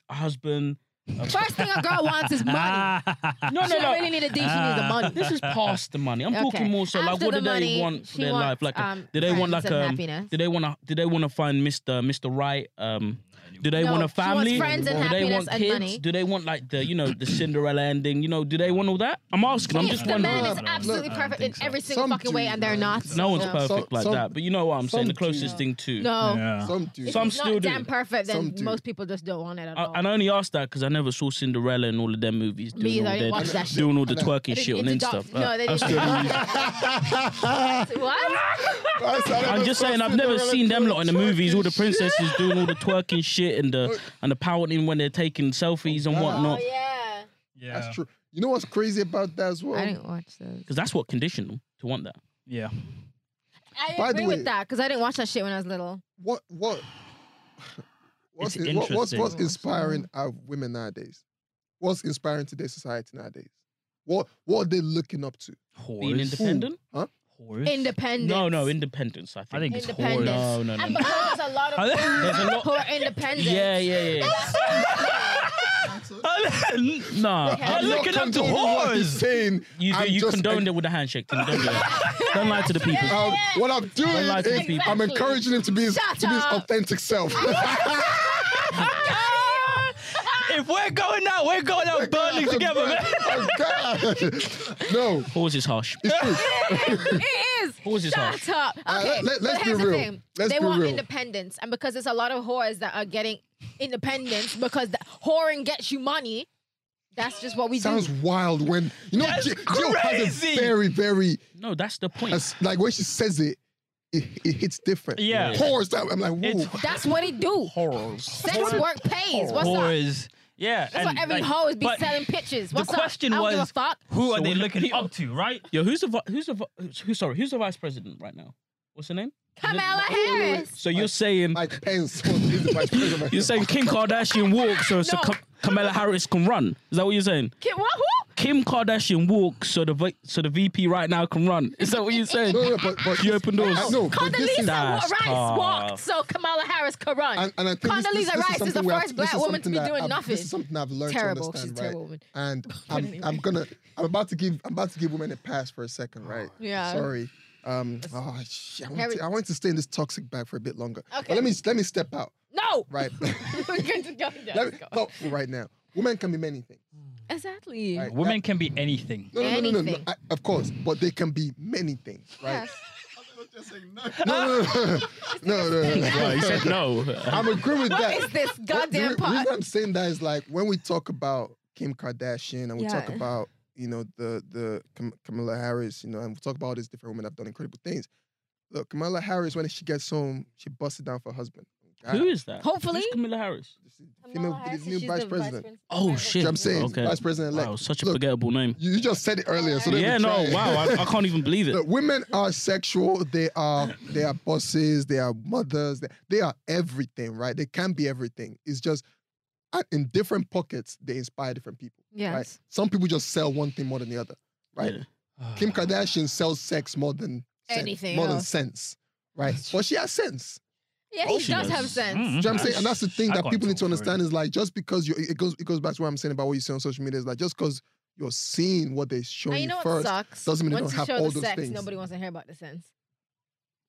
a husband.
First thing a girl wants is money.
No,
she
Ah. no,
don't
no.
really need a D. She needs the money.
This is past the money. I'm
Okay.
talking more so like
After
what
the
do they
money,
want for
she
their life?
wants,
Like
um,
do they
friends
want like
and
um
happiness.
do they wanna do they wanna find Mr. Mr. Right? Um Do they
No,
want a
she wants
family?
friends
and
do they
happiness
want
and
kids?
money.
Do they want like the you know the Cinderella ending? You know, do they want all that? I'm asking. I'm
Yes,
just
the man
wondering.
is
Look,
absolutely
look, I don't
perfect in
think so.
every single
Some
fucking way,
do,
and they're
man.
not.
No one's
Yeah.
perfect
Some-
like
some-
that. But you know what I'm saying.
some
The
do.
closest thing to.
No.
Yeah.
Some do.
If
Some
it's
still
not
do.
damn perfect,
Some
then
do.
most people just don't want it at
I,
all.
and I only asked that because I never saw Cinderella and all of them movies
Me either,
doing
I
all
didn't
their,
watch that shit.
doing all the
I know.
twerking
They
shit on
didn't
Insta.
adopt- no, they
that's
didn't
the only
adopt-
reason.
what?
I'm just saying, I've never seen them lot in the movies. All the princesses doing all the twerking shit and the and the pouting when they're taking selfies and
Oh,
whatnot.
Oh yeah.
Yeah.
That's true. You know what's crazy about that as well?
I didn't watch those.
Because that's what conditioned them to want that.
Yeah.
I
By the
agree
way-
with that because I didn't watch that shit when I was little.
What what what's,
It's
in- what- what's what's
interesting.
inspiring our women nowadays? What's inspiring today's society nowadays? What what are they looking up to?
Whores.
Being independent?
Huh?
Whores.
Independent.
No, no, independence. I
I
think.
think it's
Independent.
whores.
No, no, no.
And
no.
because there's a lot
I
of
think there's a lot.
who are independent.
Yeah, yeah, yeah. nah,
Okay.
I'm
I'm
looking up to
condoning what he's
whores.
saying.
You do,
I'm
you
just-
condoned it with a handshake. Tim. Don't do it. Don't lie to the people.
Um, what I'm doing
Don't lie to the
is
people.
I'm encouraging him to be his,
Shut
to be his
up.
authentic self.
if we're going out, we're going out burning together, man.
Oh, God. No,
Pause is harsh.
it is.
Pause is harsh.
Shut up. Okay,
Uh, let- let-
but
let's be
here's the
real.
thing.
Let's
they
be
want
real.
independence, and because there's a lot of whores that are getting independence because the whoring gets you money. That's just what we
sounds
do.
wild when you know
That's
J- Jill has a
crazy.
very very
No, that's the point.
as- like when she says it, it, it hits different.
Yeah.
Horrors that I'm like, whoa.
It's
That's what it do.
horrors.
Sex work pays. What's up?
Whores. Yeah.
That's
and,
why every
like,
hoe is be
but
selling pictures.
The
What's up?
question
I don't
was,
give a fuck.
who are
So
they
what-
looking up to, right?
Yo, who's the vi- who's the vi- who's sorry? Who's the vice president right now? What's her name? Is it-
Kamala Harris.
So you're saying
Mike Pence was is the vice president.
you're saying Kim Kardashian walks so, so
No.
Ka- Kamala Harris can run? Is that what you're saying?
Ki- what? Who?
Kim Kardashian walks so the vi- so the VP right now can run. Is that what you're saying?
no, no, but, but
You open doors.
I- No, but this
Condoleezza
is,
Wa-
That's
Rice
tough.
walked, so Kamala Harris could run.
and, and I think this-
Condoleezza
this, this,
Rice is the
something we have-
first
this
black woman to
something
be
that
doing
I've-
nothing.
This is something I've learned
Terrible.
to
She's
understand,
a terrible
right?
woman.
And I'm,
anyway.
I'm gonna, I'm about to give, I'm about to give women a pass for a second, right?
Oh, Yeah.
Sorry. Um. Oh, shit, I, want
Harry-
to, I want to stay in this toxic bag for a bit longer. But
Okay.
let me, let me step out,
No.
right?
We're good to go. Yeah,
let
let's
me,
go.
no, right now, women can be many things.
Exactly.
Right.
Women can be anything.
No, no, no, no, no, no.
Anything.
I, of course, but they can be many things, right?
Yes.
No, no, no, no, no, no, no, no.
He said no.
I'm agreeing with
What
that.
is this
the
goddamn
re- reason
pot?
I'm saying that is like when we talk about Kim Kardashian and we talk
Yeah.
about you know the the Kam- Kamala Harris, you know, and we talk about all these different women that have done incredible things. Look, Kamala Harris, when she gets home, she busts it down for her husband. God,
Who is that?
Hopefully.
Who's Kamala Harris.
this is the female the new vice president.
Oh shit!
You know what I'm saying
Okay.
vice president elect.
Wow, such a
Look,
forgettable name.
You you just said it earlier, so let me
Yeah,
try
no,
it.
wow, I, I can't even believe it.
Look, women are sexual. They are they are bosses. They are mothers. They, they are everything, right? They can be everything. It's just uh, in different pockets they inspire different people. Right?
Yes.
Some people just sell one thing more than the other, right?
Yeah.
Kim
Ah.
Kardashian sells sex more than sense-
Anything
more than
else.
sense, right? But she has sense.
Yeah,
Oh,
he
she
does
does.
have
Mm.
sense.
Do you know what I'm saying? And that's the thing
I
that
can't
people need to
talk for
understand is like just because you it goes it goes back to what I'm saying about what you see on social media is like just because you're seeing what they're showing
And you know what
first.
sucks?
doesn't mean they
Once
don't have
you show
all
the
those
sex,
things.
nobody wants to hear about the sense.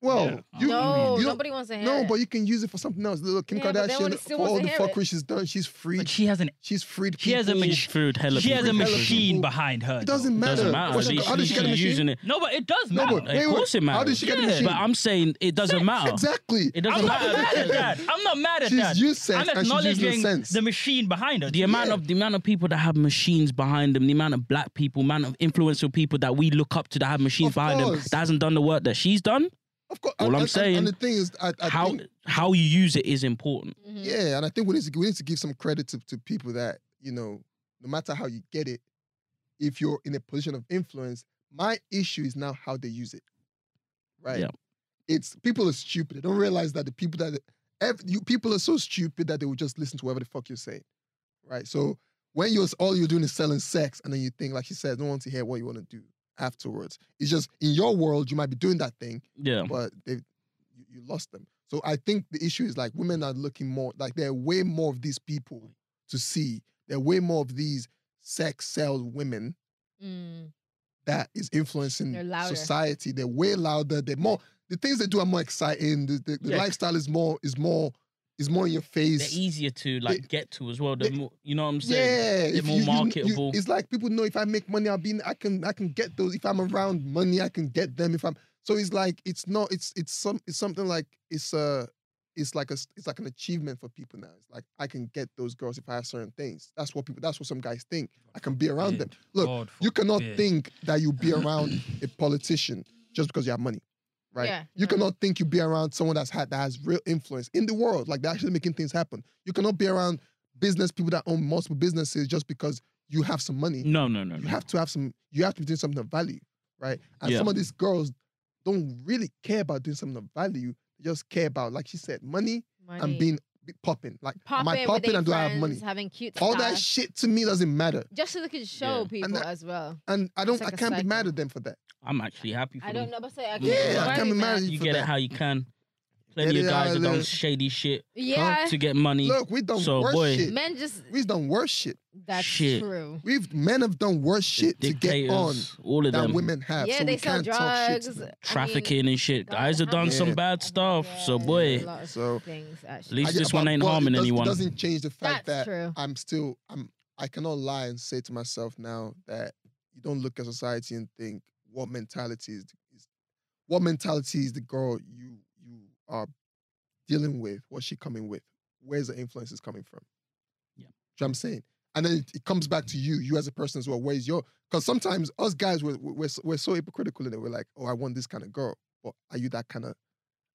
Well,
Yeah.
you,
no,
you don't-
nobody wants to hear.
No,
it.
but you can use it for something else. Look, Kim
Yeah, but they wanna
Kardashian,
still
for all
want
the
to hear it.
fuckery she's done, she's free.
But she has an
she's freed
she has a
people.
mach-
She's through hella
she has a
people.
Hella
machine
people.
behind her.
It doesn't
though.
matter.
Doesn't
What
matter.
she-
She,
how did she
she's
get a machine?
using it.
No, but it does
No,
matter.
but-
Of
Wait, wait,
course it
how
matters.
did she get a machine?
But I'm saying it doesn't matter.
Exactly.
It doesn't
I'm not
matter.
mad at that. I'm not mad at
She's
that.
used sense
I'm
and she's used no
acknowledging
sense.
the machine behind her.
The amount
Yeah.
of the amount of people that have machines behind them, the amount of black people, amount of influential people that we look up to that have machines
Of
behind
course.
them, that hasn't done the work that she's done.
Of course.
All
and-
I'm
and-
saying,
And, the thing is, I, I
how
think,
how you use it is important.
Mhm.
yeah, and I think we need to we need to give some credit to, to people that you know, no matter how you get it, if you're in a position of influence, my issue is now how they use it. Right.
Yeah.
It's people are stupid. They don't realize that the people that ev- you people are so stupid that they will just listen to whatever the fuck you're saying. Right. So when you're all you're doing is selling sex, and then you think, like she said, no one to hear what you want to do afterwards. It's just in your world, you might be doing that thing,
Yeah.
but they you, you lost them. So I think the issue is like women are looking more like there are way more of these people to see. There are way more of these sex sell women
Mm.
that is influencing
They're louder.
society. They're way louder. They're more the things they do are more exciting. The, the, the
Yeah.
lifestyle is more is more It's more in your
They're
face.
easier to like
they-
get to as well. The
they-
more, you know what I'm saying?
Yeah,
They're
if
more
you- you- you-
marketable.
it's like people know if I make money, I'll be. In, I can. I can get those. If I'm around money, I can get them. If I'm. So it's like it's not. It's it's some. It's something like it's a. It's like a. s- It's like an achievement for people now. It's like I can get those girls if I have certain things. That's what people. That's what some guys think. I can be around them. Look,
God
You cannot
forbid.
think that you'll be around a politician just because you have money, right?
Yeah,
you
no.
cannot think you'll be around someone that's had that has real influence in the world, like they're actually making things happen. You cannot be around business people that own multiple businesses just because you have some money.
No, no, no,
You
no.
have to have some. You have to be doing something of value, right? And
Mm. Yeah.
some of these girls don't really care about doing something of value. They just care about, like she said, money, and being popping. Like, am I
popping with
popping
their
and do I have money?
friends, having cute
All
stuff.
that shit to me doesn't matter,
just so they could show
Yeah.
people
that-
as well.
and I don't.
like
I
a
can't be mad
cycle.
at them for that.
I'm actually happy for
I
them.
don't know, but say I
Yeah,
can't
I
can't
worry,
be mad
man.
at
You
for
get it
that.
how you can. Plenty
Get it
of guys
how
have
it
done
is.
shady shit
Eh.
Yeah,
to get money.
Look, we've done
So,
worse
boy.
shit.
men just
We've done worse shit.
that's
Shit.
true.
We've men have done worse shit to get on
Dictators, all of
than
them.
women have.
yeah,
so
they
we
sell
can't talk shit to
drugs,
them.
Trafficking and shit.
God,
Guys have
how
done
many-
some bad stuff. So, boy,
Yeah. So-
At least
I get-
this one
but-
ain't
but it
harming
does-
anyone.
It doesn't change the fact
That's
that
true.
I'm still I'm I cannot lie and say to myself now that you don't look at society and think what mentality is, is what mentality is the girl you you are dealing with, what's she coming with, where's the influences coming from? Do
Yeah.
you know what I'm saying? And then it, it comes back to you, you as a person as well. Where's your because sometimes us guys we're, we're so- we're so hypocritical in it. We're like, oh, I want this kind of girl, but are you that kind of?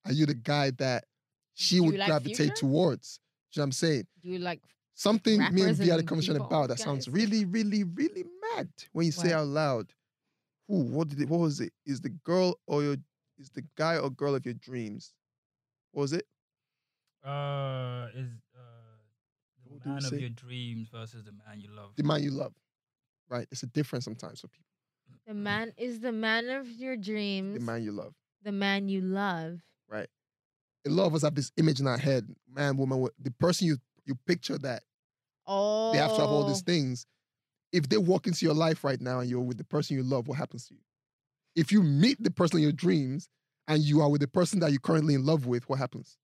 Are you the guy that she
Do
would
you like
gravitate
Future?
towards? Do you know what I'm saying?
You like
Something me and
Rappers
V had a
and
conversation
people,
about that sounds
guys.
really, really, really mad when you say
What?
out loud. Who? What did? It, what was it? Is the girl or your? Is the guy or girl of your dreams? What was it?
Uh, is uh, the
What do we
man of
say?
your dreams versus the man you love.
The man you love, right? It's a difference sometimes for people.
the man is the man of your dreams,
The man you love.
the man you love.
A lot of us have this image in our head: man, woman. wo- The person you you picture that
Oh,
they have to have all
Oh.
these things. If they walk into your life right now and you're with the person you love, what happens to you? If you meet the person in your dreams and you are with the person that you're currently in love with, what happens?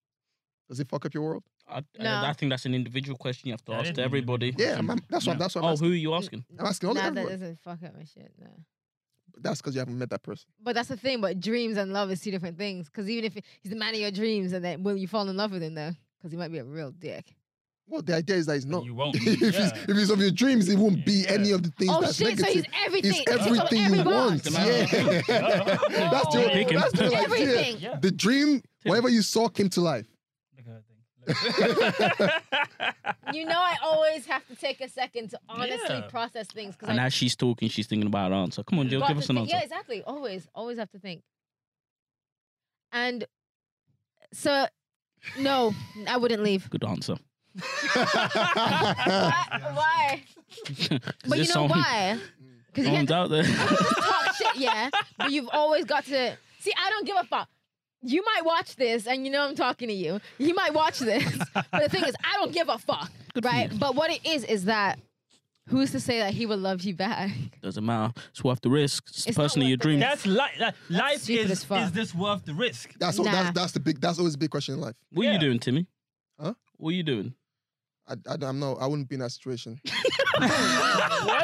Does it fuck up your world?
I, I-
No.
I think that's an individual question you have to
Yeah, it
ask
is
to
an
everybody.
individual
Yeah, I'm, I'm- that's what
Yeah.
that's what I'm
Oh,
asking.
who are you asking?
I'm asking all
Nah, that
everyone.
doesn't fuck up my shit. Nah.
That's because you haven't met that person.
But that's the thing. But dreams and love is two different things. Because even if he's the man of your dreams, and then will you fall in love with him though? Because he might be a real dick.
Well, the idea is that it's
No,
not.
you won't.
if, it's,
Yeah.
if it's of your dreams, it won't be
Yeah.
any of the things
oh
that's
shit! So
negative.
he's everything.
it's
It's
everything
everything
on
you
every box.
want.
No, no, no.
Yeah. that's
Oh.
No.
the
Picking.
that's the like, yeah.
Everything.
yeah.
The dream, whatever you saw, came to life.
Look at that thing.
You know, I always have to take a second to honestly
Yeah.
process things. Cause
And
I
as she's talking, she's thinking about an answer. Come on, Jill,
got
give
to
us an
think-
answer.
Yeah, exactly. Always, always have to think. And so, no, I wouldn't leave.
Good answer.
Why? why? But you
There's
know
some-
why? Because you
someone's
can't
out there.
talk shit, yeah. But you've always got to see. I don't give a fuck. You might watch this, and you know I'm talking to you. You might watch this, but the thing is, I don't give a fuck,
Good for
right?
you.
But what it is is that who's to say that he will love you back?
Doesn't matter. It's worth the risk. It's, the
It's not
person of
worth
your
the
dreams.
risk.
That's life. That, life
stupid
is
as fuck.
is this worth the risk?
That's, all that's
Nah.
that's the big. That's always a big question in life.
What are
Yeah.
you doing, Timmy?
Huh?
What are you doing?
I, I don't know. I wouldn't be in that situation.
See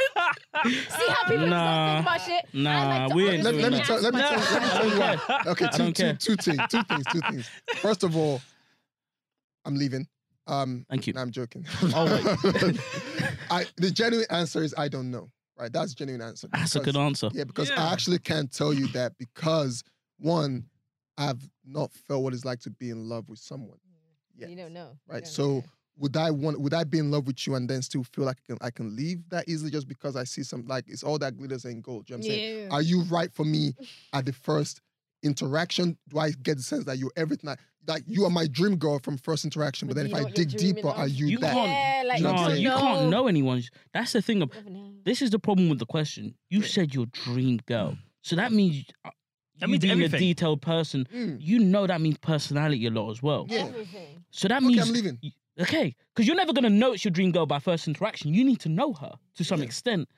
how people
Nah.
just don't think about shit.
Nah,
I like to
we
honestly
ain't
let,
doing
let me
that.
ask
tell, let me tell, let me
myself.
tell you why. Okay,
I
two,
don't care.
two, two things, two things, two things. First of all, I'm leaving. Um,
Thank you.
no, I'm joking.
Oh, wait.
I, the genuine answer is I don't know. Right, that's the genuine answer.
That's a
because-
good answer.
Yeah, because
Yeah.
I actually can't tell you that because one, I've not felt what it's like to be in love with someone. Yet,
You don't know. You
Right,
don't
so.
know.
Would I want? Would I be in love with you and then still feel like I can, I can leave that easily just because I see some like it's all that glitters ain't gold? Do you know what I'm saying?
yeah.
Are you right for me at the first interaction? Do I get the sense that you're everything? I, like you are my dream girl from first interaction, but,
But
then
do
if
you
I
know what you're
dig
dreaming
deeper,
of?
are you,
You
that?
can't-
yeah, like
you know
you
what I'm
no,
don't
saying?
you can't
know.
know anyone. That's the thing. ab-
Never know.
This is the problem with the question. You said your dream girl, so that means uh,
That
you
means
being
everything.
a detailed person.
Mm.
You know that means personality a lot as well.
Yeah.
Everything.
So that
Okay,
means
I'm leaving.
y- okay, because you're never gonna know it's your dream girl by first interaction. You need to know her to some
Yeah.
extent.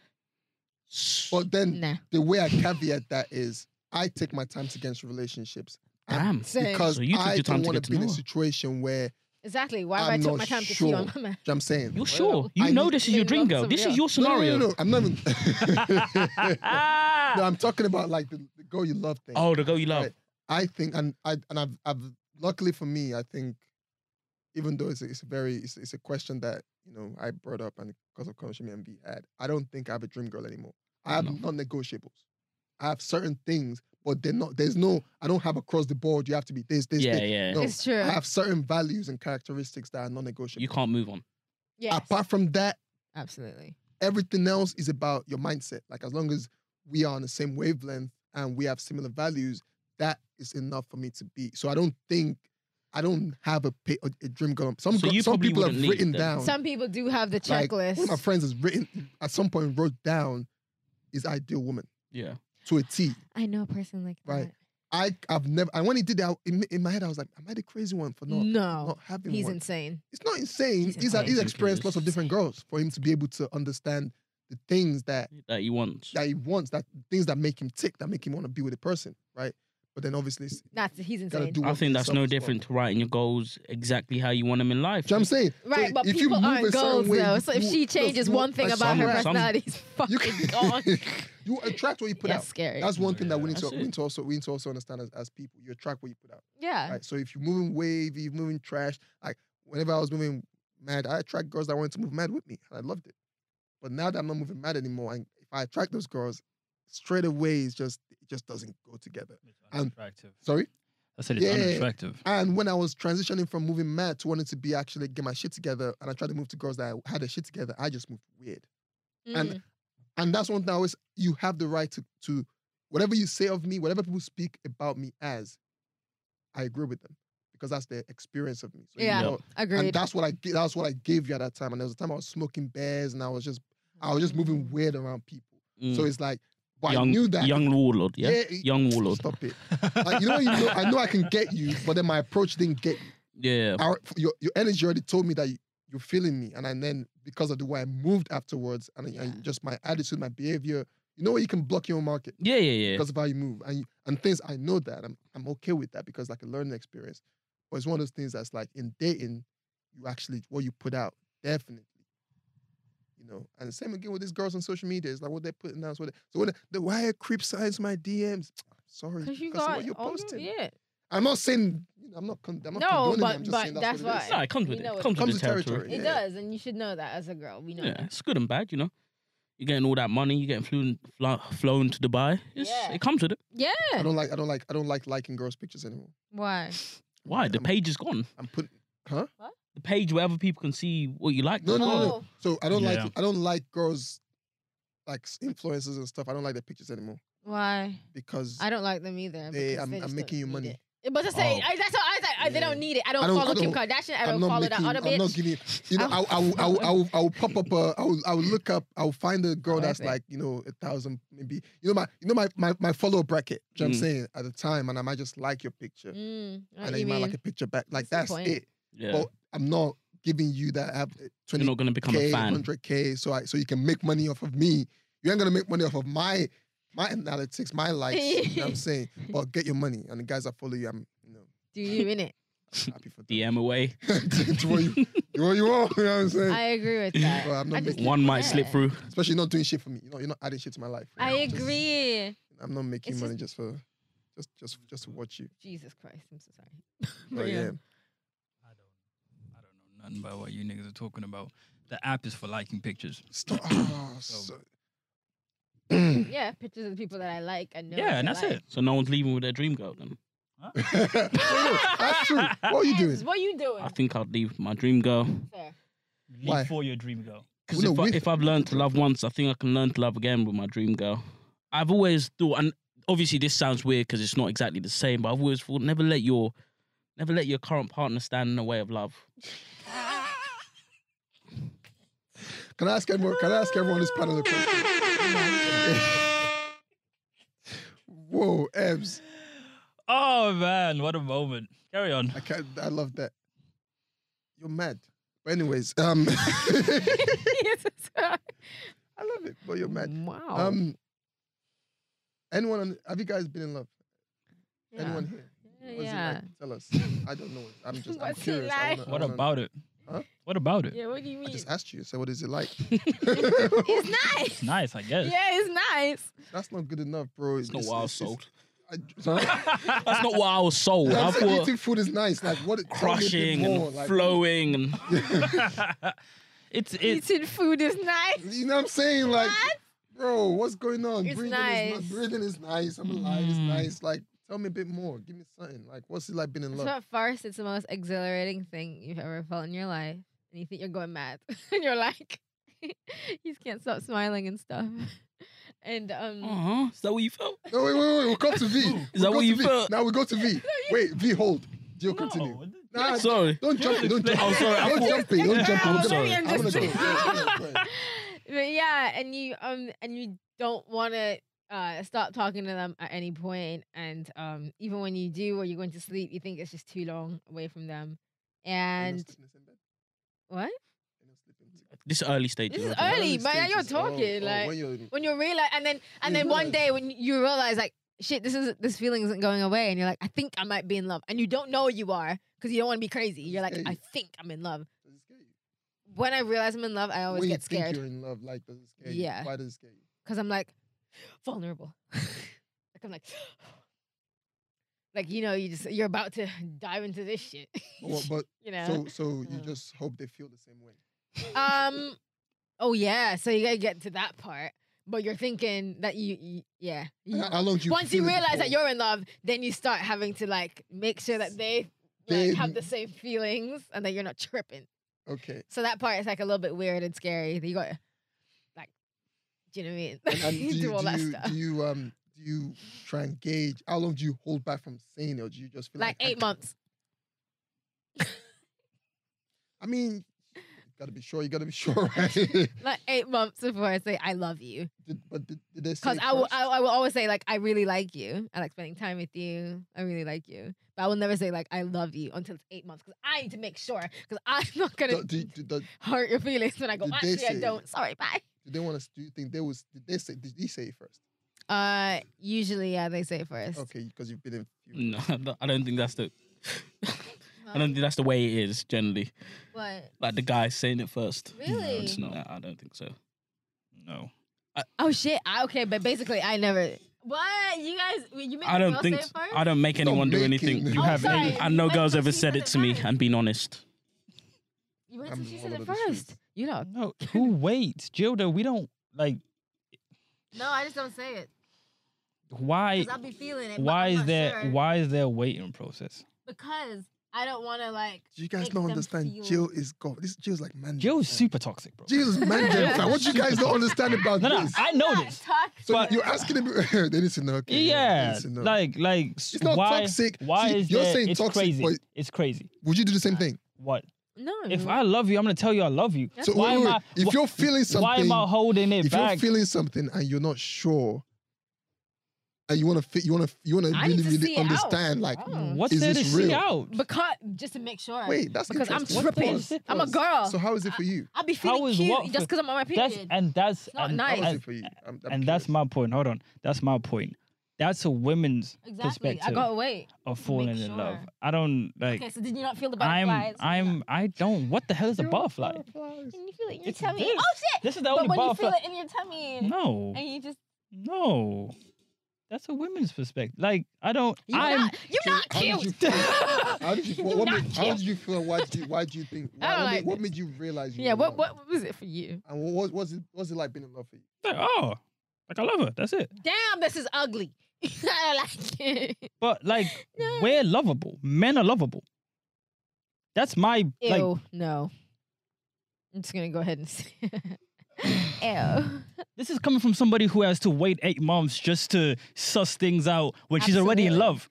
S-
But then
Nah.
the way I caveat that is I take my time to get into relationships. I'm-
Damn.
Same.
Because
So you took
I
your time
don't
to
want
get
to
to
be in a
know her.
situation where
Exactly. Why would I
I'm
took
not
my time to see
sure.
on my man?
what I'm saying.
You're sure? You
I
know
need-
this is your
Maybe
dream
not
girl.
some
This
real-
is your
No, no,
scenario.
no, no, I'm not even. no, I'm talking about like the, the girl you love thing.
oh, the girl you love.
Right. I think, and I and I've, I've luckily for me, I think, even though it's a, it's a very it's, it's a question that you know I brought up and because of Konshimi and B had, I don't think I have a dream girl anymore. I have
No.
non-negotiables. I have certain things, but they're not. There's no. I don't have across the board. You have to be this, this,
Yeah,
this.
yeah.
No,
It's true.
I have certain values and characteristics that are non-negotiable.
You can't move on.
Yes.
Apart from that,
Absolutely.
everything else is about your mindset. Like as long as we are on the same wavelength and we have similar values, that is enough for me to be. So I don't think I don't have a pa- a, a dream girl. Some
So
gr-
you
some
probably
people have
wouldn't leave
written
then.
down.
Some people do have the
like,
checklist.
One of my friends has written at some point wrote down his ideal woman
Yeah.
to a T.
I know a person like
Right.
that.
I I've never. And when he did that, in, in my head I was like, am I the crazy one for not
no.
not having
He's
one?
insane.
it's not insane.
He's
He's, he's, he's
insane.
experienced lots of different girls for him to be able to understand the things that
That you want.
that he wants, that things that make him tick, that make him want to be with a person, right? But then obviously, it's
Not he's
gotta
insane.
do.
I
work for
think that's
yourself as
no
well.
different to writing your goals exactly how you want them in life.
Do you know what I'm saying? So
Right, but
if you
people
move a
aren't
certain
goals
way,
though.
you-
So if
you-
she
look,
changes
you
one thing about her
attract-
some-
personality, it's
you
fucking gone.
can, you attract what you put
That's
out.
scary.
That's one thing that we need to
That's
we
it.
need to also we need to also understand as, as people. You attract what you put out.
yeah.
Right. So if you're moving wavy, you're moving trash. Like whenever I was moving mad, I attract girls that wanted to move mad with me, and I loved it. But now that I'm not moving mad anymore, and if I attract those girls, straight away it's just it just doesn't go together.
It's
Um,
unattractive.
Sorry.
I said it's
yeah.
unattractive.
And when I was transitioning from moving mad to wanting to be actually get my shit together, and I tried to move to girls that I had their shit together, I just moved weird. And-
Mm.
And that's one thing I always you have the right to to whatever you say of me, whatever people speak about me as, I agree with them because that's their experience of me. So you
Yeah.
know- and
Agreed.
that's what I gi- that's what I gave you at that time. And there was a time I was smoking bears, and I was just I was just moving weird around people.
Mm.
So it's like, but
young,
I knew that
Young warlord, yeah?
it-
Young warlord.
Stop it! Like, you know, you know, I know I can get you, but then my approach didn't get you.
Yeah.
our your, your energy already told me that you, you're feeling me, and, I- and then because of the way I moved afterwards, and, I- and
Yeah.
just my attitude, my behavior, you know what? You can block your own market
Yeah, yeah, yeah.
because of how you move, and you, and things. I know that I'm I'm okay with that because like a learning experience, but it's one of those things that's like in dating, you actually what you put out definitely. You know, and the same again with these girls on social media. It's like what they're putting out. is What they, so what the why are creep signs my DMs? Sorry, because
Because Mm-hmm. you
of
got
what you're
all your-
posting.
yeah.
I'm not saying you know, I'm not. Con- I'm not
No,
condoning
but-
it, I'm just
but
saying
that's
that's, what it
why.
is.
Nah, it comes
We
with it.
know
It
it.
comes,
Comes
with
with
the territory.
territory,
It
Yeah.
does, and you should know that as a girl. We know
Yeah.
that.
it's good and bad, you know? You're getting all that money, you're getting flown, fla- flown to Dubai. It's,
Yeah.
It comes with it.
Yeah.
I don't like. I don't like. I don't like liking girls' pictures anymore.
Why?
Why? The
I'm-
page is gone.
I'm putting.
The page where other people can see what you like.
No,
is
no, no,
gone.
Oh.
no. So I don't
Yeah.
like. I don't like girls, like s- influencers and stuff. I don't like their pictures anymore
Why?
because
I don't like them either.
they.
because
I'm,
they just
I'm
don't
making you
need
money.
it. Yeah, But I say,
Oh.
I, that's what I say. I- They
Yeah.
don't need it. I don't,
I don't-
follow
I
Kim
don't-
Kardashian. I
I'm
don't
not
follow
making.
that other
you- I'm not
bitch.
giving. You know, I'll, I'll, I'll, I'll, I'll, I'll pop up. A, I'll, I'll look up. I'll find a girl
like
that's
that.
like you know a thousand maybe. You know my, you know my, my, my follow bracket. Do you know what I'm saying at the time, and I might just like your picture,
Mm, I know what
and then
you
you might
mean.
like a picture back. Like
That's
that's,
the point.
it.
Yeah.
But I'm not giving you that. I have
you're
twenty
not going to become
k,
a fan.
hundred k, so I so you can make money off of me. You ain't gonna make money off of my my analytics, my likes. you know what I'm saying, but get your money. And the guys that follow you, I'm you know
Do you in it?
I'm happy for them.
DM away.
It's what you, you what you want. You know what I'm saying.
I agree with that.
Bro, I'm not
I just
making-
One might
Yeah.
slip through.
Especially you're not doing shit for me. You know, you're not adding shit to my life.
I
Just-
agree.
I'm not making
It's
money just for just just just to watch you.
Jesus Christ, I'm so sorry.
But yeah,
I don't, I don't know nothing about what you niggas are talking about. The app is for liking pictures.
stop. Oh,
So-
so-
Yeah, pictures of the people that I like and know.
yeah, and
that I
that's
like.
it.
So no one's leaving with their dream girl then.
No, no, that's true. What are you doing?
Ends, What are you doing?
I think I'd leave my dream girl.
Fair.
Leave
Why?
for your dream girl.
Because
Well,
if,
no,
I,
with-
if I've learned to love once, I think I can learn to love again with my dream girl. I've always thought, and obviously this sounds weird because it's not exactly the same, but I've always thought never let your never let your current partner stand in the way of love.
Can I ask everyone? Can I ask everyone on this panel a question? Whoa, Ebs.
Oh man, what a moment. Carry on.
I can't, I love that. You're mad. But anyways, um, I
Yes, it's right.
love it. But you're mad.
Wow.
Um, anyone? On, have you guys been in love?
Yeah.
Anyone here? What is it
Yeah.
like? Tell us. I don't know. I'm just I'm
What's it
curious. I
like?
wanna- I
What
wanna-
about it?
Uh, Huh?
What about it?
Yeah, what do you
I
mean?
just asked you. So what is it like?
it's nice.
It's nice, I guess.
Yeah, it's nice.
That's not good enough, bro.
That's not what I was sold.
It's, I,
That's not what I was sold. I
I'm saying
thought
eating food is nice. Like what? it- tell me a bit
crushing
more,
and
like-
flowing and
Oh,
it's it's
Eating food is nice.
You know what I'm saying? Like,
What?
bro, what's going on?
It's
breathing is
nice.
ni- breathing is nice. I'm alive. It's
Mm.
nice. Like, tell me a bit more. Give me something. Like, what's it like being in
So
love?
at first, it's the most exhilarating thing you've ever felt in your life, and you think you're going mad, and you're like, you just can't stop smiling and stuff. And um,
uh-huh. Is that what you felt?
No, wait, wait, wait. We'll come to V. We'll
that
go
what
to
you
v.
felt?
Now we go to V. Wait, V, hold. You'll continue.
no.
Nah,
Sorry.
don't jump it. Don't
explain-
jump
Oh,
it.
sorry, I
Don't
thought-
jump it. Don't jump it.
Yeah,
I'm
I'm sorry,
gonna-
I'm
I'm gonna
just-
go. Yeah, go, go, go.
but yeah, and you um and you don't want to uh stop talking to them at any point, and um even when you do or you're going to sleep, you think it's just too long away from them.
Ain't no
And
sleeping in bed.
what?
Ain't no sleeping in bed.
This is early stage.
This is
right?
early,
Early
but now you're
stages. Oh,
talking,
oh,
like-
when you're in-
when you realize and then and
You
then one
realize.
day when you realize like shit this is this feeling isn't going away and you're like i think i might be in love and you don't know you are because you don't want to be crazy you're like
Scary.
i think i'm in love
does it scare you?
when i realize i'm in love i always
When you
get
think
scared
you're in love, like, does it scare you?
Yeah.
Why does it scare you?
because i'm like vulnerable like i'm like like you know you just you're about to dive into this shit
But what- But
you know
So, so you
Uh.
just hope they feel the same way.
um oh yeah so you gotta get to that part but you're thinking that you, you yeah you-
How- How long do you?
once you
feel it
realize that
before?
you're in love, then you start having to like make sure that they
They-
like, have the same feelings and that you're not tripping.
okay,
So that part is like a little bit weird and scary. You got like, do you know what
and,
I
and
mean?
do, you,
do all
do
that
you,
stuff.
do you um do you try and gauge how long do you hold back from saying it, or do you just feel
like
like, I
eight
c-
months.
I mean, you gotta be sure. You gotta be sure, right? Did-
Like eight months before I say I love you,
but did, did they say?
because
it
I will.
first?
I, I will always say like I really like you. I like spending time with you. I really like you. But I will never say like I love you until it's eight months because I need to make sure because I'm not
Do-
gonna
do- do- do-
hurt your feelings when I go.
did they
Actually, I
say-
don't. Sorry, bye.
do they want to? Do you think they was? Did they say? Did he say it first?
Uh, usually, yeah, they say it first.
Okay, because you've been in. few-
No, I don't- I don't think that's the. I don't think that's the way it is generally.
What?
Like the guy saying it first.
Really?
It's not. I don't think so.
No.
Oh shit! I, okay, but basically, I never. What you guys? wait, You make
I don't
girls
think.
say it first?
I don't make
It's not
anyone do
making.
anything.
You
Oh,
have
sorry.
any-
I know
Wait
girls
till
ever
she
said
says
it to me
first.
and been honest.
You wait
I'm
till she
all
says it
over the shit.
first. You know.
No. Who waits? Jilda, we don't like
No, I just don't say it
why
because I'll be feeling it. but
why
I'm
is
not
there
sure
why is there a waiting process?
Because I don't want to like.
Do you guys
Make
not
them
understand?
feel-
Jill is God. This Jill's like man.
Jill's
fam.
super toxic, bro.
Jill's man.
Jill's
fam. What do you guys not understand about
No, no,
this?
I know
Not
this.
talk
so
but-
you're asking them. they need to know. Okay, they
Yeah,
need to know.
like like s-
It's not
why,
toxic.
Why
See,
is
you're
there-
saying
it's
toxic,
crazy?
but-
It's crazy.
would you do the same thing?
What
No.
if I love you? I'm gonna tell you I love you.
That's
So
why
wait,
am
wait,
I?
if
wh-
you're feeling something,
why am I holding it
if
back?
you're feeling something and you're not sure, and you want to, you want to, you want to
I
really,
need to see
really
it out.
understand, like,
Oh.
What's
Is
there to
this
see
real?
out?
Because just to make sure.
wait, that's
Because I'm
interesting.
tripping.
Pause,
I'm a
pause.
girl.
So how is it for you?
I'll be feeling
is
cute
what
just
for-
because I'm on my
That's
period.
and that's
not
and,
nice.
How is
and,
it for you? I'm, I'm
and that's
curious.
my point. Hold on, that's my point. That's a women's
exactly. I
perspective
gotta wait.
of falling in
sure.
love. I don't like.
Okay, so did you not feel the
I'm
butterflies?
I'm I don't. What the hell is a
You're
butterfly?
butterflies.
Can you feel it in your
It's
tummy?
this.
Oh shit!
This is the
But
only
when you
butterfly.
feel it in your tummy,
No,
and you just
no, that's a women's perspective. Like I don't.
you're
I'm
not, you're not
How did
cute.
you feel? How did you feel? What
Not
made, how
cute.
did you feel? Why did you, why do you think?
I
Why,
don't
what,
like
made, what made you realize? You
yeah.
were in
What
love?
what was it for you?
And what what was it? What's it like being in love for you?
like oh, like I love her. That's it.
Damn, this is ugly. I don't like it.
But like
No.
we're lovable. Men are lovable. That's my
Ew,
like.
no. I'm just gonna go ahead and say. Ew.
This is coming from somebody who has to wait eight months just to suss things out when she's already in
Absolutely.
love.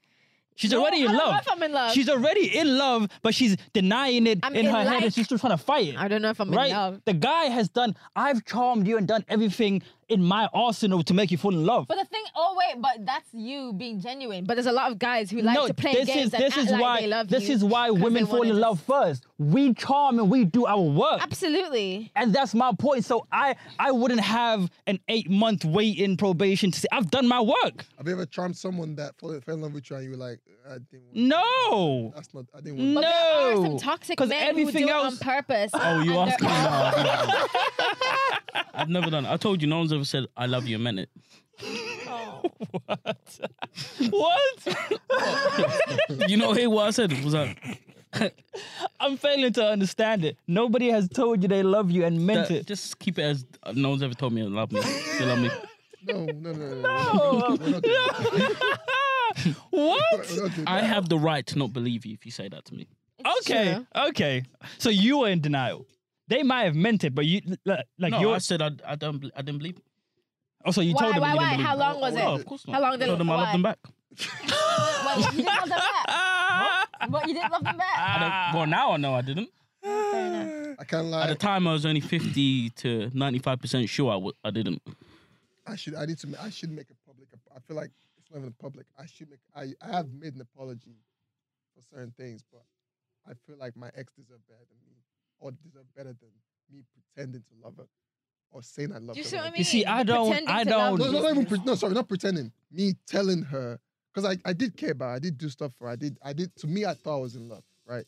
She's
No,
already
I
in
don't know
love.
if I'm in love.
She's already in love, but she's denying it
I'm
in,
in
her head
like-
and she's still trying to fight it.
I don't know if I'm
right?
in love.
The guy has done, I've charmed you and done everything in my arsenal to make you fall in love.
But the thing, oh wait, but that's you being genuine. But there's a lot of guys who like to play
this
games
is
and
this
act
is
like
why
they love
this
you
is why
'cause they
women fall
wanna
in
just-
love first. We charm and we do our work.
Absolutely.
And that's my point. So I I wouldn't have an eight month wait in probation to say I've done my work.
Have you ever charmed someone that fell, fell in love with you and you were like, I didn't want
No.
That's not, I didn't want
No.
But there are some toxic
'Cause
men
everything
who do
else-
it on purpose.
Oh, you
and
asked me
they're-
now.
I've never done. it. I told you, no one's ever said I love you a minute.
What? what?
You know, hey, what I said was like
I'm failing to understand it. Nobody has told you they love you and meant
that,
it.
just keep it as uh, no one's ever told me I love me. They love me.
No, no, no, no.
No.
We're not doing that.
what?
We're not doing
I
that.
have the right to not believe you if you say that to me.
It's
Okay.
true.
Okay. So you were in denial. They might have meant it, but you like
no,
you're
I said I, I don't. bel- I didn't believe. It.
also you
Why?
told them
Why?
you
Why?
didn't believe
How
it.
long was
No,
it?
of course not.
How long did
I
it?
told them I love them back.
Wait, you didn't love them back. What? You didn't love them back.
I don't,
Ah.
well, now I know I didn't.
Fair enough.
I can't
At the
lie.
time, I was only fifty to ninety-five percent sure I w- I didn't.
I should. I need to. ma- I should make a public. ap- I feel like it's not even public. I should make. I. I have made an apology for certain things, but I feel like my ex deserve better than me, or deserve better than me pretending to love her, or saying I love
Do you
her.
see
when
what I mean?
You see, I don't-
Pretending
I
to
No,
love
don't-
you.
no, not even. Pre- no, sorry, not pretending. Me telling her because I, I did care about. Her. I did do stuff for. Her. I did. I did. To me, I thought I was in love, right?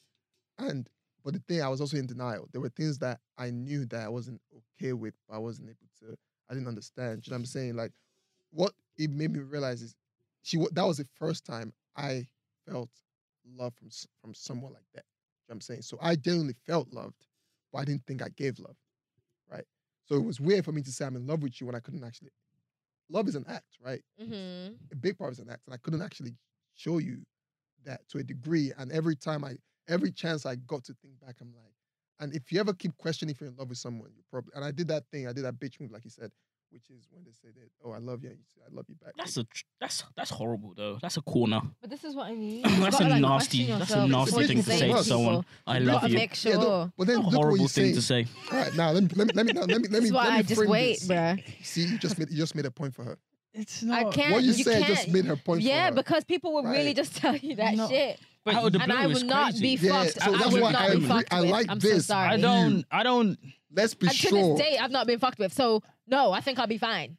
And but the thing, I was also in denial. There were things that I knew that I wasn't okay with, but I wasn't able to. I didn't understand. Do You know what I'm saying? Like, what it made me realize is she. wa- That was the first time I felt love from s- from someone like that. Do You know what I'm saying? So I genuinely felt loved, but I didn't think I gave love, right? So it was weird for me to say I'm in love with you when I couldn't actually love is an act, right?
Mhm.
A big part is an act, and I couldn't actually show you that to a degree. And every time I, every chance I got to think back, I'm like, and if you ever keep questioning if you're in love with someone, you probably. And I did that thing, I did that bitch move, like you said, which is when they say that, oh, I love you, and you say, I love you back.
That's a tr- that's that's horrible though. That's a corner.
But this is what I mean.
That's
You
a
gotta, like,
nasty-
question
that's a
yourself
nasty
before
thing
you
to say to
people.
someone. I
You
love
gotta
you.
Make
Yeah, no,
sure.
but then look what
horrible
you're
thing
saying.
to say.
All right, now let me let me let me now, let me let me,
That's why
let me
I just
frame
wait,
this.
bruh.
See, you just made you just made a point for her.
It's
I
not.
can't.
what you, said
can't.
just made her point. for
yeah,
her.
because people will really
Right.
just tell you that
No.
shit,
Out of the
and
blue,
I
it's
will not
crazy.
be
Yeah,
fucked.
so
I- I
that's
will
why
not
I
be
agree.
fucked
I
with.
like
I'm
this.
So sorry.
I don't. I don't.
let's be
And to
sure.
this day, I've not been fucked with. So no, I think I'll be fine.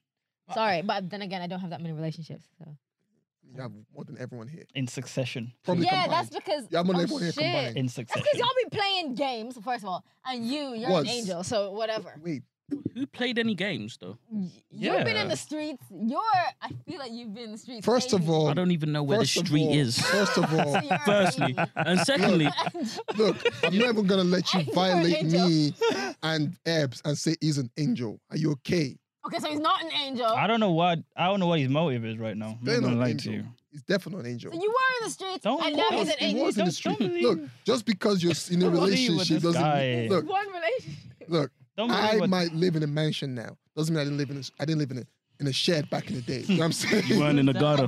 Sorry, but then again, I don't have that many relationships. So.
you have more than everyone here.
In succession.
Probably
Yeah,
combined.
that's because
Yeah, I'm on
oh,
everyone here
shit.
combined.
In
That's
succession.
because y'all be playing games first of all, and you, you're
Was.
an angel, so whatever.
Wait,
Who played any games though?
Y- You've been in
Yeah.
the streets. You're. I feel like you've been in the streets.
first of
maybe.
all,
I don't even know where the
first of
street
all-
is.
First of all,
You're a
Firstly,
baby.
and secondly,
look, I'm not even gonna let you
You're an
violate
angel.
me and Ebs and say he's an angel. Are you okay?
okay, so he's not an angel.
I don't know what. I don't know what his motive is right now. I'm
They're
not
not
gonna lie to
angel.
you.
He's definitely an angel.
So you were in the streets,
Don't
and now
call
he's
us
an
he
angel.
was in the
Don't-
street.
don't believe-
Look, just because you're in a
Don't believe with
relationship
this
doesn't
guy.
look.
One relationship.
Look,
Don't believe
I
what-
might live in a mansion now. Doesn't mean I didn't live in a, I didn't live in a in a shed back in the day. You know what I'm saying?
you weren't in the gutter.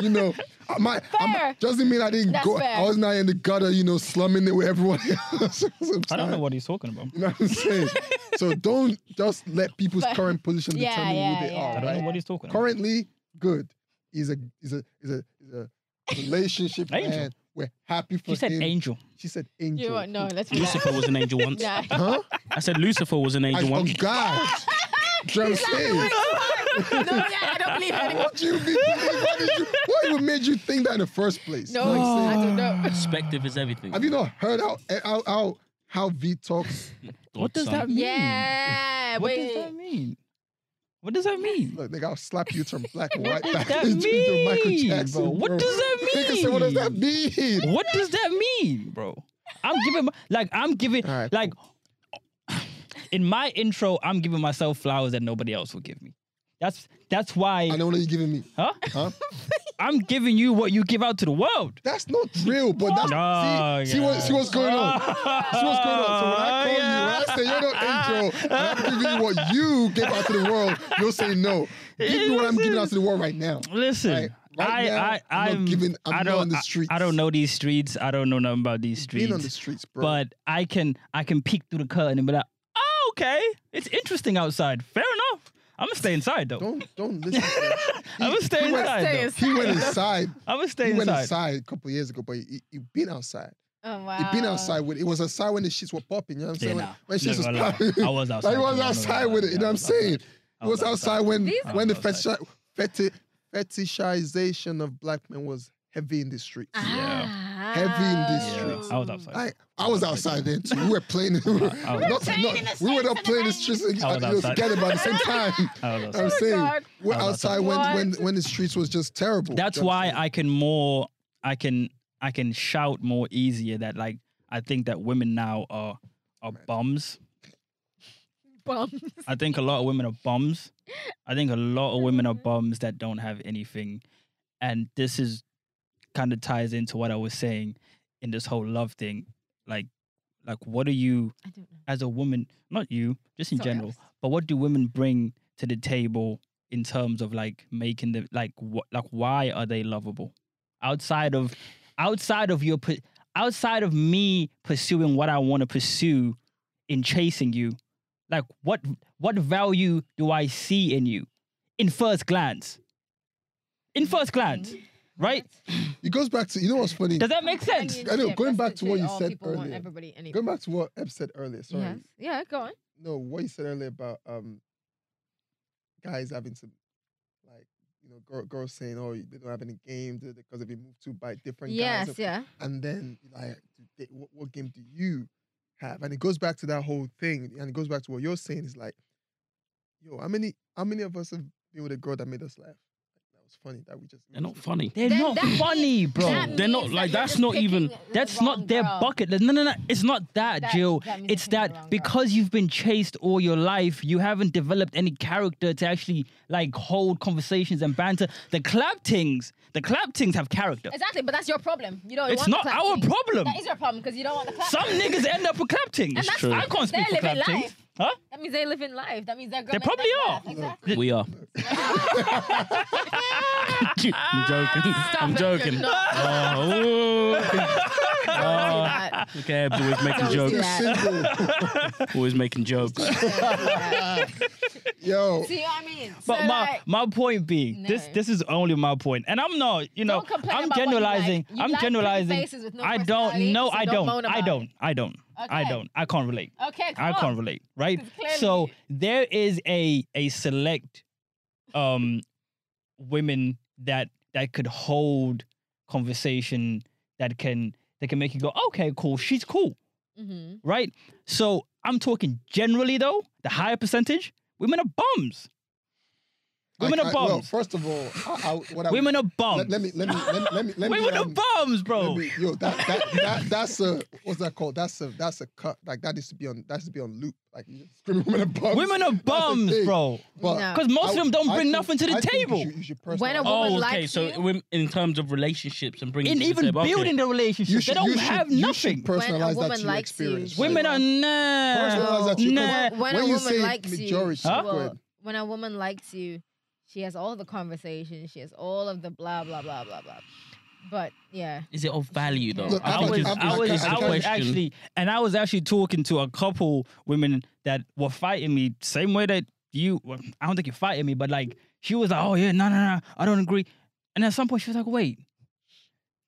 you know, I might, I might-
Fair.
doesn't mean I didn't
That's
go.
fair.
I was not in the gutter, you know, slumming it with everyone else. Sometimes.
I don't know what he's talking about.
You know what I'm saying? so don't just let people's
Fair.
current position
Yeah,
determine who
yeah,
they
yeah,
are.
I don't
Right?
know what he's talking about.
Currently, good. He's a he's a he's a he's a relationship
Angel.
man. We're happy for
She said
him.
angel.
She said
You
angel.
won't know. Let's be
Lucifer was an angel once.
Nah.
Huh?
I said Lucifer was an
I,
angel
oh
once.
God. Do you know what I'm saying?
no, yeah, I don't believe it.
What do you mean? What, did you, what even made you think that in the first place?
No,
You know what I'm saying?
I don't know.
Perspective is everything.
Have you not heard how how how, how V talks?
What does
Godson.
that mean?
Yeah,
What
wait.
does that mean? What does that mean?
Look, nigga, I'll slap you from black and white
What does
back
that
into Michael
mean,
Jackson.
bro? What does that
Nigga said, what does that mean?
What does that mean, bro? I'm giving my, like I'm giving
All right,
like in my intro, I'm giving myself flowers that nobody else will give me. That's that's
I
why
know what you're giving me,
huh?
huh?
I'm giving you what you give out to the world.
That's not real, but that's
No,
see, see what see what's going on. See what's going on. So when I call you, when I say you're
Ah.
not angel, and I'm giving you what you give out to the world, you'll say no. Give me what I'm giving out to the world right now.
Listen,
Right, right
I,
now,
I,
I'm not
I'm,
giving- I'm
I
not
don't-
on the
I-
streets.
I, don't know these streets. I don't know nothing about these streets.
Being on the streets, bro.
But I can, I can peek through the curtain and be like, oh, okay, it's interesting outside. Fair enough. I'm gonna stay inside though.
Don't don't listen. to him.
I'm gonna stay
he went-
inside.
Stay
though.
inside.
He went inside.
I'm gonna stay
He went
inside.
inside a couple years ago, but he he been outside.
Oh wow.
He been outside with it was outside when the shits were popping. You know what I'm
Yeah,
saying? When-
nah.
When shits
Not
was
gonna lie.
popping.
I was outside.
Like he was
though, I'm not
outside
gonna
with
lie.
it. You
Yeah,
know
I
what I'm
was outside.
saying?
I
It was outside when
These-
when the
I was
fetishi- feti- fetishization of black men was heavy in the streets.
Uh-huh.
Heavy in the
Yeah, Ah. I was outside.
I, I was outside then too. We were playing. We were,
I was
not-
playing
not-
in the
we were
streets
not
and
playing the
then-
streets
I was
uh, you know,
outside.
together by the same time.
I was
You know
outside.
what I'm saying
Oh God.
we're
I was
outside
outside.
when, when
What?
when the streets was just terrible.
That's
You know what
why
I'm
I can more. I can. I can shout more easier. That like I think that women now are are bums.
Bums.
I think a lot of women are bums. I think a lot of women
Mm-hmm.
are bums that don't have anything. And this is kind of ties into what I was saying in this whole love thing. Like like what are you
I don't know.
as a woman, not you, just in
Sorry, I
general,
was-
but what do women bring to the table in terms of like making the like what like why are they lovable? Outside of outside of your pu- outside of me pursuing what I want to pursue in chasing you, like what what value do I see in you in first glance? In first glance,
Mm-hmm.
right?
saying? It goes back to you know what's funny.
Does that make sense?
Companionship,
I know, going
that's
back to what
literally
you
all
said
people want,
earlier.
everybody, anything.
Going back to what Eb said earlier. Sorry.
Yes. Yeah, go on.
No, what you said earlier about um guys having to like you know girl, girls saying oh they don't have any game because if you move to by different guys
Yes,
and-
yeah.
and then like do they- what, what game do you have and it goes back to that whole thing and it goes back to what you're saying is like yo how many how many of us have been with a girl that made us laugh that was funny that we just
They're not funny.
They're
Then
not
that means-
funny, bro.
that
They're not-
means
like,
you're
that's
just
not even-
picking the
That's
wrong
not their
girl.
bucket list. No, no, no. It's not that,
That-
Jill.
that means
it's
you're picking the
that
wrong
because you've been chased all your life, you haven't developed any character to actually like hold conversations and banter. The clap things, the clap things have character.
Exactly, but that's your problem. You don't.
It's not
want the clap
our
thing.
problem.
That is your problem because you don't want the clap.
Some niggas end up with clap things.
that's true.
I can't speak
They're
for clap
living
things. Huh?
That means they live in life. That means they're.
They probably are.
Mm.
Exactly.
We are. I'm joking. I'm joking.
No.
Oh, ooh. oh.
Don't
Look at Eb, always making
Don't do
jokes.
that.
Always making jokes.
do that.
yo
See what I mean?
But
so
my
like,
my point being, this
No.
this is only my point, and I'm not, you know,
don't complain
I'm
about what you
generalizing.
Like. You
I'm
like pretty
generalizing.
faces with no
I
personality,
don't. No,
so
I
don't.
don't.
moan
I
about
don't. I don't. I
Okay.
don't. I can't relate.
It. Okay, come
I
on.
can't relate, right?
'Cause
So
clearly-
there is a a select um women that that could hold conversation that can that can make you go, okay, cool, she's cool,
Mhm.
right? So I'm talking generally though, the higher percentage, women are bums. Women
like,
are
I- well,
bums.
first of all I, I, what I would-
women are bums.
let, let me let me let, me- let me let me
women
um,
are bums, bro.
Let me- yo, that, that, that, that's a what's that called? That's a that's a cut. Like that needs to be on that needs to be on loop. Like you just screaming women are bums.
women are bums,
thing.
bro.
But
No.
Because most
I-
of them don't
I
bring
think-
nothing to the
I think you
table.
should- you should
When
personalize-
a woman
Oh, okay.
likes
So
you-
women- in terms of relationships and bringing
In
it to the
even
table, okay.
building the
you
relationship,
should,
they don't
you should-
have
you should
nothing.
personalize that
woman
to your
likes you,
experience.
she
Women are
personalize
nah.
that to your- 'cause
Nah.
when
when, a
you
woman
say
likes
majority,
you,
Huh?
she will-
go ahead.
when a woman likes you, she has all the conversation. She has all of the blah blah blah blah blah. But yeah,
Is it of value though?
Look,
I
I
I've-
think
was,
it's-
I've-
I
it's-
was,
it's a
I was
question.
actually, and I was actually talking to a couple women that were fighting me, same way that you. Well, I don't think you're fighting me, but like she was like, "Oh yeah, no, no, no, I don't agree." And at some point, she was like, "Wait,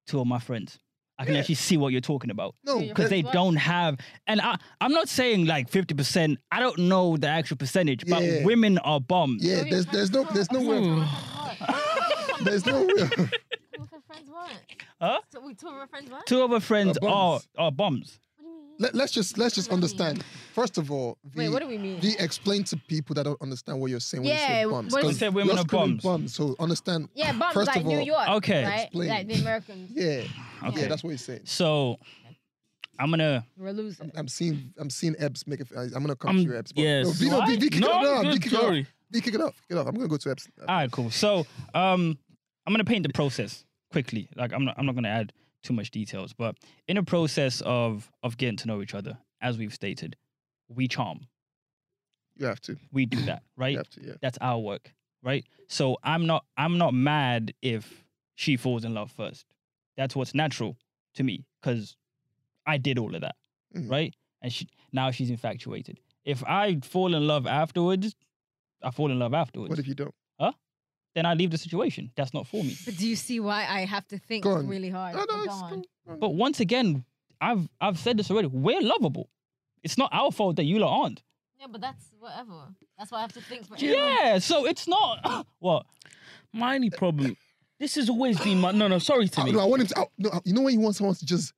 two of my friends, I can actually see what you're talking about."
No,
Because
because
that-
they
What?
don't have and I, i'm not saying like 50% i don't know the actual percentage
Yeah.
but women are bums
yeah, there's there's no there's no way there's no way.
Huh?
So we two of our friends what?
two of her friends
Are
are,
bums.
are bums
What do you mean?
Let, us just let's just
What does that
understand. First of all, the,
Wait, what do we mean?
the explain to people that don't understand what you're saying when you say
Yeah,
bums.
what-
'cause
You said women
you're
are
screaming
bums.
So understand.
yeah, bums
First
like
of all,
New York.
Okay.
right?
Explain.
Like the Americans.
Yeah,
okay
yeah, that's what you're saying.
so i'm gonna
We're losing.
I'm seeing I'm seeing Ebbs make it. I'm gonna come
Um,
to your Ebbs.
yes.
No, B, no, B,
Why?
B, kick
No,
it off.
good,
B, kick it off.
sorry.
B, kick it off. Kick it off. I'm gonna go to Ebbs.
all right cool so um i'm gonna paint the process quickly like i'm not, I'm not gonna add too much details but in a process of of getting to know each other as we've stated we charm
You have to.
we do that right
You have to. Yeah.
that's our work right so i'm not i'm not mad if she falls in love first that's what's natural to me because i did all of that
Mhm.
right and she now she's infatuated If I fall in love afterwards, I fall in love afterwards.
What if you don't?
then I leave the situation. That's not for me.
But do you see why I have to think
Go on.
really hard?
No, no,
Go
it's
on.
cool. No.
But once again, I've I've said this already. We're lovable. It's not our fault that you lot aren't.
Yeah, but that's whatever. That's why I have to think for everyone.
Yeah. So it's not what
My only problem. This has always been my no no. Sorry
I,
to me.
no, I want him to. I, no, I- you know when you want someone to just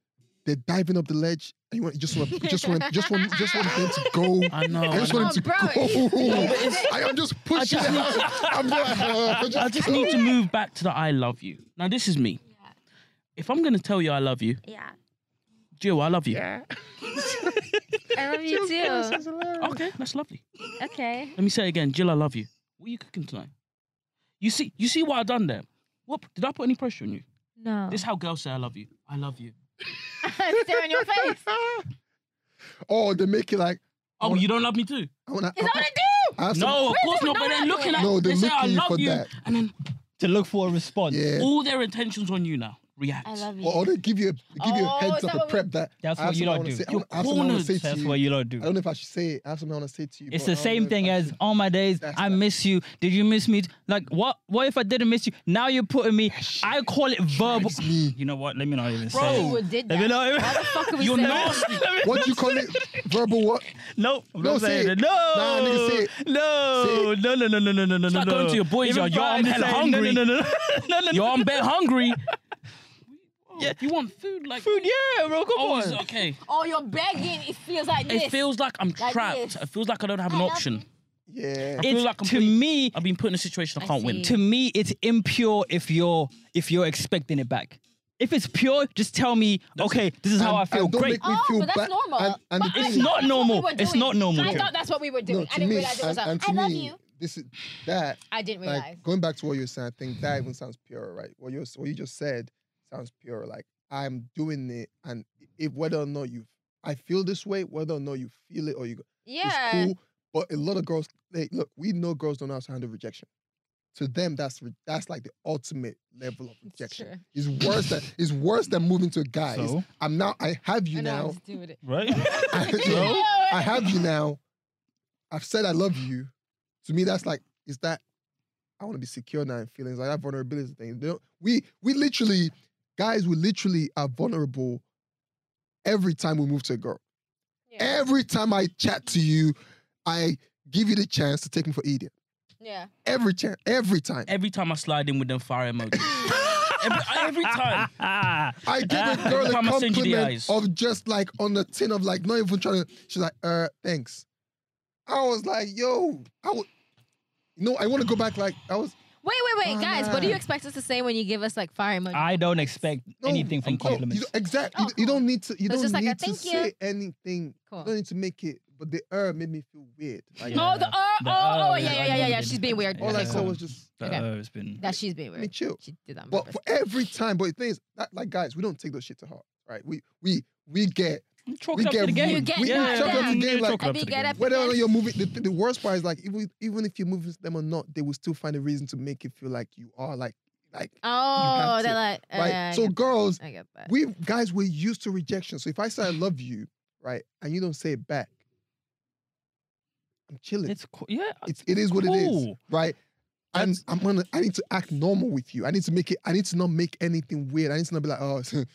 they're diving up the ledge, and you want you just want you just want just want just want them to go.
I know.
I
I
just
know.
want him to
Come on,
go. I am just pushing.
just
it
need-
out. I'm like, uh,
I just need to move back to the I love you. Now this is me.
Yeah.
If I'm gonna tell you I love you,
Yeah.
Jill, I love you.
I love you too.
Okay, that's lovely.
Okay.
Let me say it again, Jill, I love you. What are you cooking tonight? You see, you see what I done there. What did I put any pressure on you?
No.
This is how girls say I love you. I love you.
Stare in your face.
Oh, they make it like
Oh, you don't love me too?
I want
Is that what I
to.
do?
No, of course
it
not. But
not?
they're looking at
No,
they
they're
say I
looking
love
for
you,
that.
and then
to look for a response.
Yeah.
all their intentions on you now. React.
I love you.
Or, or they give you a, they give you a
Oh, is
heads
that
up, a
what we-
prep that.
That's
I have
what you
something I
lot
wanna
do.
say- I
You're
wanna- I have something I wanna
cornered.
say to
That's
you.
what you lot
I
do.
don't know if I should say it. I have something I want to say to you.
It's
but I
the
don't
same
know
thing
if I
as
should.
all my days.
That's
I
that.
miss you. Did you miss me? Like what? What if I didn't miss you? Now you're putting me. I call it verbal.
It's me.
You know what? Let me not even
Bro,
say.
You
it.
would did
Let me
that.
not even.
Why the fuck are we
You're
saying
nasty.
What do you call it? Verbal what?
Nope. I'm
No,
not
say
saying
it.
it. No.
Nah, nigga, say it. Say
No. No. No. No. No. No. No. No.
Start
no.
going to your boys'
Even
yard. Yo, I'm
Friday
hella
saying,
hungry.
No. No. No. No. no, no, no.
Yo, I'm bare hungry. yeah. You want food like
Food. Yeah, bro. Come
Oh, it's
on.
okay.
Oh, you're begging. It feels like this.
It feels like I'm
Like
trapped.
this.
It feels like I don't have an
I love
option.
you.
Yeah.
feel
It's
like I'm
to
being-
me.
I've been put in a situation I
I
can't win.
see.
To me, it's impure if you're if you're expecting it back. If it's pure, just tell me. Okay, this is how
And-
I feel.
and don't
Great.
make me
oh,
feel
but that's
bad.
normal.
And- and
But
the
I
It's
thing-
thought
not
that's what
normal.
we were
It's
doing.
not normal.
I thought that's what we were doing.
No,
I
to
didn't
me,
realize it was
and,
a,
and to
I love
me,
you.
this is that.
I didn't realize.
Like going back to what you were saying, I think that even sounds pure, right? What you what you just said sounds pure. Like I'm doing it, and if whether or not you, I feel this way, whether or not you feel it or you,
yeah.
it's cool. But a lot of girls, they look, we know girls don't know how to handle rejection. To them, that's re- that's like the ultimate level of
It's
rejection.
true.
It's, worse than it's worse than moving to a guy. It's,
So?
I'm now I have you
I know, I'm
now.
just doing it.
Right.
I,
Yeah,
I have you now. I've said I love you. To me, that's like, is that I want to be secure now in feelings like that vulnerability thing. They don't- we we literally, guys, we literally are vulnerable every time we move to a girl.
Yeah.
Every time I chat to you, I give you the chance to take me for idiot.
yeah.
Every chance, every time.
Every time I slide in with them fire emojis. every, every time.
I give a girl
Every
a
time I send you the
compliment
eyes.
of just like on the tin of like not even trying to. She's like, uh, thanks. I was like, yo, I would. No, I want to go back. Like I was.
Wait, wait, wait,
Oh,
guys. What do you
no.
expect us to say when you give us like fire emoji?
I don't expect
No,
anything from
thank you.
compliments.
You don't, exactly.
Oh,
you, you
cool.
don't need to. You
It's
don't
just like a
need to
thank you.
say anything.
Cool.
You don't need to make it. But the uh made me feel weird. Like,
Yeah.
Oh, the oh,
The,
oh,
oh, yeah,
oh, yeah, yeah,
I
yeah, yeah,
know
yeah.
it.
She's being weird.
all I
Okay,
saw
Yeah.
was just
The,
Okay.
uh, it's been.
that she's being
let me
weird.
chill.
She did that. on
But
purpose.
for every time, but the thing is, that, like guys, we don't take those shit to heart, right? We we we get
Chalk
we
it up to
get
the game.
You get
we,
yeah,
we chalk it up
yeah.
to the game like
Chalk it up
Abby,
to the
get
game.
up.
whether or not you're moving, the, the, the worst part is like even even if you're moving them or not, they will still find a reason to make it feel like you are like like have
Oh,
to,
they're like, uh,
right.
yeah, I
so
get-
girls,
I get that.
we guys we're used to rejection. So if I say I love you, right, and you don't say it back, I'm chilling. It's
It's cool. Yeah.
it's it is what it is,
cool.
right? And
That's-
I'm gonna I need to act normal with you. I need to make it. I need to not make anything weird. I need to not be like, oh, you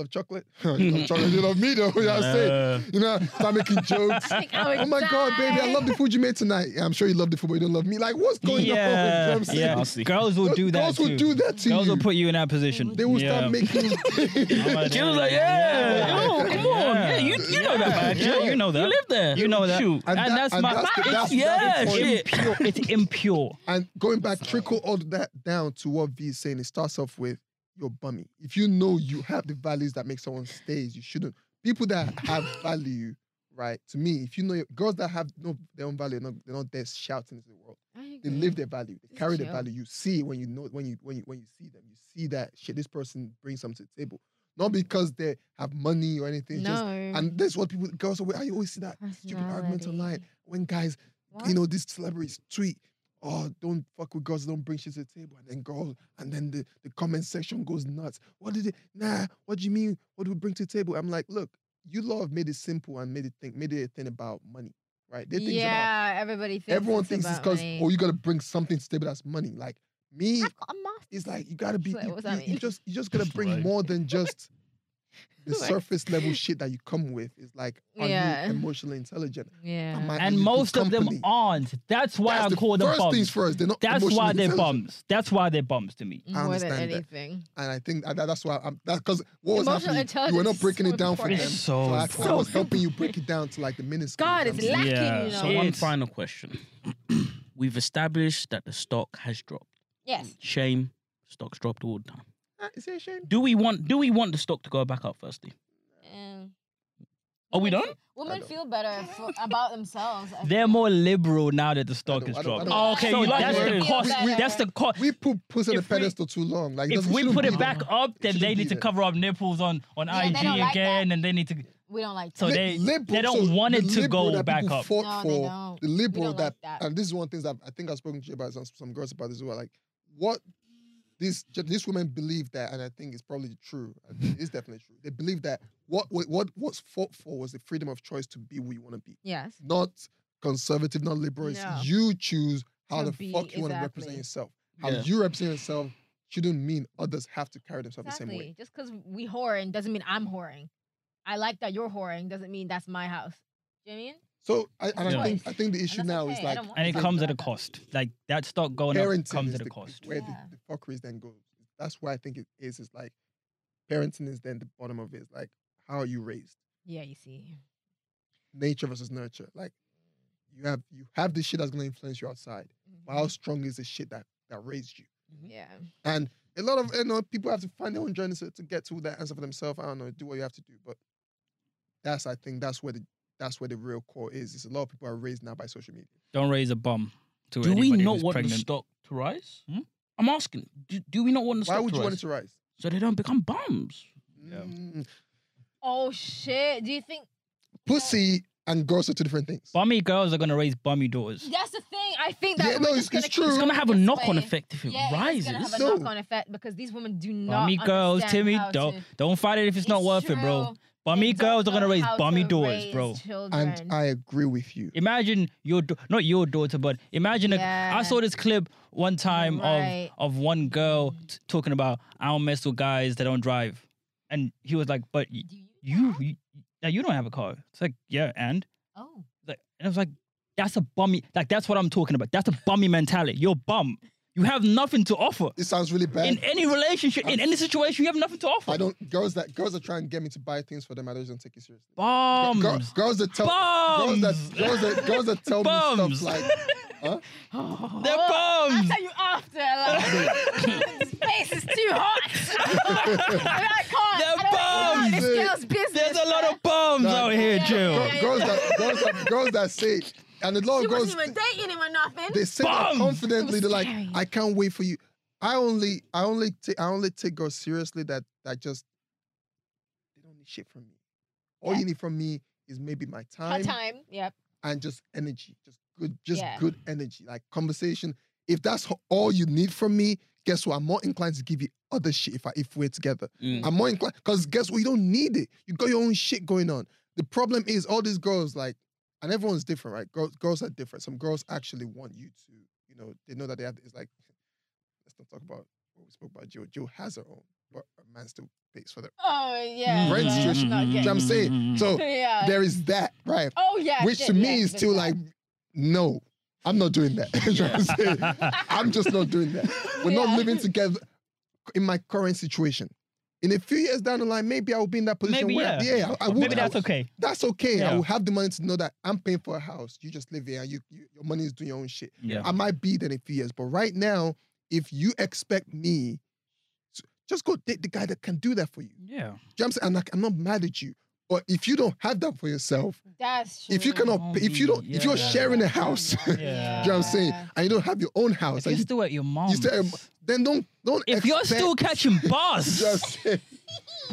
love chocolate, you love chocolate, you love me though. You know what I'm saying?
Uh,
You know, start making jokes.
I think I would
Oh my god, baby, I
die.
love the food you made tonight. Yeah, I'm sure you love the food, but you don't love me. Like, what's going on? You know what
yeah,
I'm saying?
yeah.
Nasty.
Girls will do that.
Girls will
too.
do that to
Girls
you.
will put you in that position.
they will
Yeah.
start making.
She was like, yeah,
Yeah.
yo, come on. Yeah, you, you know that, man.
Yeah, you know that.
You live there.
You know that.
Shoot.
And
that-
that's my-
the-
It's-
that's- that's the
yeah,
point.
shit.
Pure. It's impure.
And going back, trickle all that down to what V is saying. It starts off with your bummy. If you know you have the values that make someone stays, you shouldn't. People that have value, right? To me, if you know your, girls that have no their own value, they're not, they're not there shouting into the world. They live their value. They
It's
carry their
true.
value. You see it when you know when you when you when you see them. You see that shit. This person brings something to the table, not because they have money or anything. it's Just,
No.
and that's what people girls. always- I always see that stupid argument online when guys,
What?
you know, these celebrities tweet, "Oh, don't fuck with girls. Don't bring shit to the table." And then girls, and then the the comment section goes nuts. What did it? Nah. What do you mean? What do we bring to the table? I'm like, look, you lot have made it simple and made it think made it a thing about money. right? They think it's about-
Yeah, everybody thinks.
everyone
it's
thinks it's
about
because
money.
oh, you gotta bring something stable as money. Like me,
I've got a master's.
it's like you gotta be.
Wait,
you-
what does that
you- you
mean?
just you just gotta bring
Right.
more than just the
Like-
surface level shit that you come with. It's like are
Yeah.
you emotionally intelligent?
Yeah.
Am I- are
And
you good
most of them
company?
aren't. That's why
That's
I
the
call them
first
bums.
things first. They're not.
That's why
emotionally
they're
intelligent.
bums. That's why they're bums to me.
More than
understand that.
anything.
And I think that, that's why I'm. That's because what was happening. You
Emotional
were
intelligence
not
is
breaking
so
it down for them.
important.
It's so
I, I
important.
was helping you break it down to like the minuscule.
God,
terms.
it's lacking,
Yeah,
you know.
So one
It's-
final question. We've established that the stock has dropped.
yes.
Shame, stocks dropped all the time.
Ah, Is it a shame?
Do we want do we want the stock to go back up firstly?
Um,
Are we
women
done?
feel- Women
don't.
feel better for, about themselves. I
They're
feel.
more liberal now that the stock
don't-
has
I don't- I
dropped.
don't-
Oh, Okay,
so
you like
that's
that.
the
We-
cost.
we-
That's the cost.
We put puss on the
If we-
pedestal too long. Like it
If
doesn't-
we
shouldn't
put
be
it back up, then
shouldn't
they
be
need to
there.
cover up nipples on on
Yeah, they
IG
don't like
again,
that.
and they need to.
we don't like
So
that.
they
Lib-
they don't
so
want
the
it to
liberal
go
that
back
people
up.
Fought
No, they
for
don't.
the
We
liberal
don't
that,
like that.
and this is one thing that I think I've spoken to you about some, some girls about this as well. Like what these these women believe that, and I think it's probably true. I think It's definitely true. They believe that what what what was fought for was the freedom of choice to be who you want to be,
Yes.
not conservative, not liberal. It's
No.
You choose how
To
the
be-
fuck you want to
exactly.
represent yourself. How
Yeah.
you represent yourself shouldn't mean others have to carry themselves the same way.
Exactly. Just because we whoring doesn't mean I'm whoring. I like that you're whoring doesn't mean that's my house. Do you know what I mean?
So I, and
Yeah.
I think I think the issue
that's
now
okay.
is
I
like
don't want
And
to
it
be
comes at a
like that.
cost. Like that stock going up
parenting
comes
is
at a
the-
cost.
Where
Yeah.
the, the fuckery then goes. That's why I think it is. It's like parenting is then the bottom of it. It's like how are you raised?
Yeah, you see.
Nature versus nurture. Like you have you have this shit that's gonna influence you outside.
Mm-hmm.
But how strong is the shit that that raised you?
Yeah.
And a lot of you know people have to find their own journey to, to get to that answer for themselves. I don't know, do what you have to do. But that's I think that's where the that's where the real core is. Is a lot of people are raised now by social media.
Don't raise a bum. To
Do we
anybody
not
who's
want the
pregnant.
stock to rise?
Hmm?
I'm asking. Do, do we not want the
Why
stock
would
to
you
rise?
want it to rise?
So they don't become bums.
Yeah.
Mm,
Oh shit. Do you think
Pussy and girls are two different things.
Bummy girls are gonna raise bummy daughters.
that's the thing? I think that
Yeah, no,
we're
it's-
just gonna
it's true.
It's
keep
gonna have a
this
knock on
way.
effect if it
yeah,
rises.
It's gonna have a
No.
knock-on effect because these women do not.
Bummy girls,
understand
Timmy,
how
don't
to-
don't fight it if it's, not worth it, bro.
true. They
Bummy
don't
girls are gonna
know
raise
how
bummy
to
daughters,
raise
bro.
children.
And I agree with you.
Imagine your da- not your daughter, but imagine a- I
Yeah.
saw this clip one time
right.
of of one girl t- talking about I don't mess with guys that don't drive, and he was like, "But y-
Do you?
you you, now you don't have a car." It's like, "Yeah, and,"
Oh,
like, and I was like, "That's a bummy. Like that's what I'm talking about. That's a bummy mentality. You're a bum. You have nothing to offer
It sounds really bad.
in any relationship, in any situation. You have nothing to offer.
I don't. Girls that girls that try and get me to buy things for them, I just don't take it seriously. Gir- gir-
Bums.
girls that tell girls that girls that girls that tell me
Bums.
stuff like, huh?
They're
Oh, I'll
bums.
tell you after. Like, this place is too hot. I can't.
They're
I don't
bums.
even know this girl's business.
There's a lot of bums
Nah,
out here,
yeah,
Jill.
Gir-
yeah,
girls that girls that girls that say, and a lot
She
of girls
wasn't even dating him or nothing.
they say that
Bums.
confidently.
It was
They're like,
scary.
I can't wait for you. I only I only take I only take girls seriously that that just they don't need shit from me. All you need from me is maybe my
Her
time,
time. Yep.
and just energy, just good, just
Yeah.
good energy, like conversation. If that's ho- all you need from me, guess what? I'm more inclined to give you other shit if I, if we're together.
Mm.
I'm more inclined because guess what? You don't need it. You got your own shit going on. The problem is all these girls like, and everyone's different, right? Girls, girls are different. Some girls actually want you to, you know, they know that they have. It's like, let's not talk about what we spoke about. Joe, Joe has her own, but a man still pays for that.
Oh yeah.
Rent
yeah,
situation.
not
Mm-hmm.
Do you know what I'm
getting-
saying?
mm-hmm.
So
Yeah.
there is that, right?
Oh yeah.
which
yeah,
to me
yeah,
is
there's
still
that.
like, no, I'm not doing that. You know what I'm, saying? I'm just not doing that. We're
Yeah.
not living together in my current situation. In a few years down the line, maybe I will be in that position
Maybe,
where,
yeah.
yeah, I, I would.
Maybe that's
I,
okay.
that's okay. I
Yeah.
will have the money to know that I'm paying for a house. You just live here. And you, you your money is doing your own shit.
Yeah.
I might be there in a few years, but right now, if you expect me, to- just go date the guy that can do that for you. Do
Yeah.
you know what I'm saying? I'm, like, I'm not mad at you, but if you don't have that for yourself,
That's true.
if you cannot,
Don't
pay- if you
be-
don't, if you're
yeah.
sharing a house,
Yeah.
do you know what I'm saying, and you don't have your own
If
house,
you're
like,
still at your mom's.
you still- then don't don't.
if you're
expect-
still catching
Do
bus,
you know what I'm saying?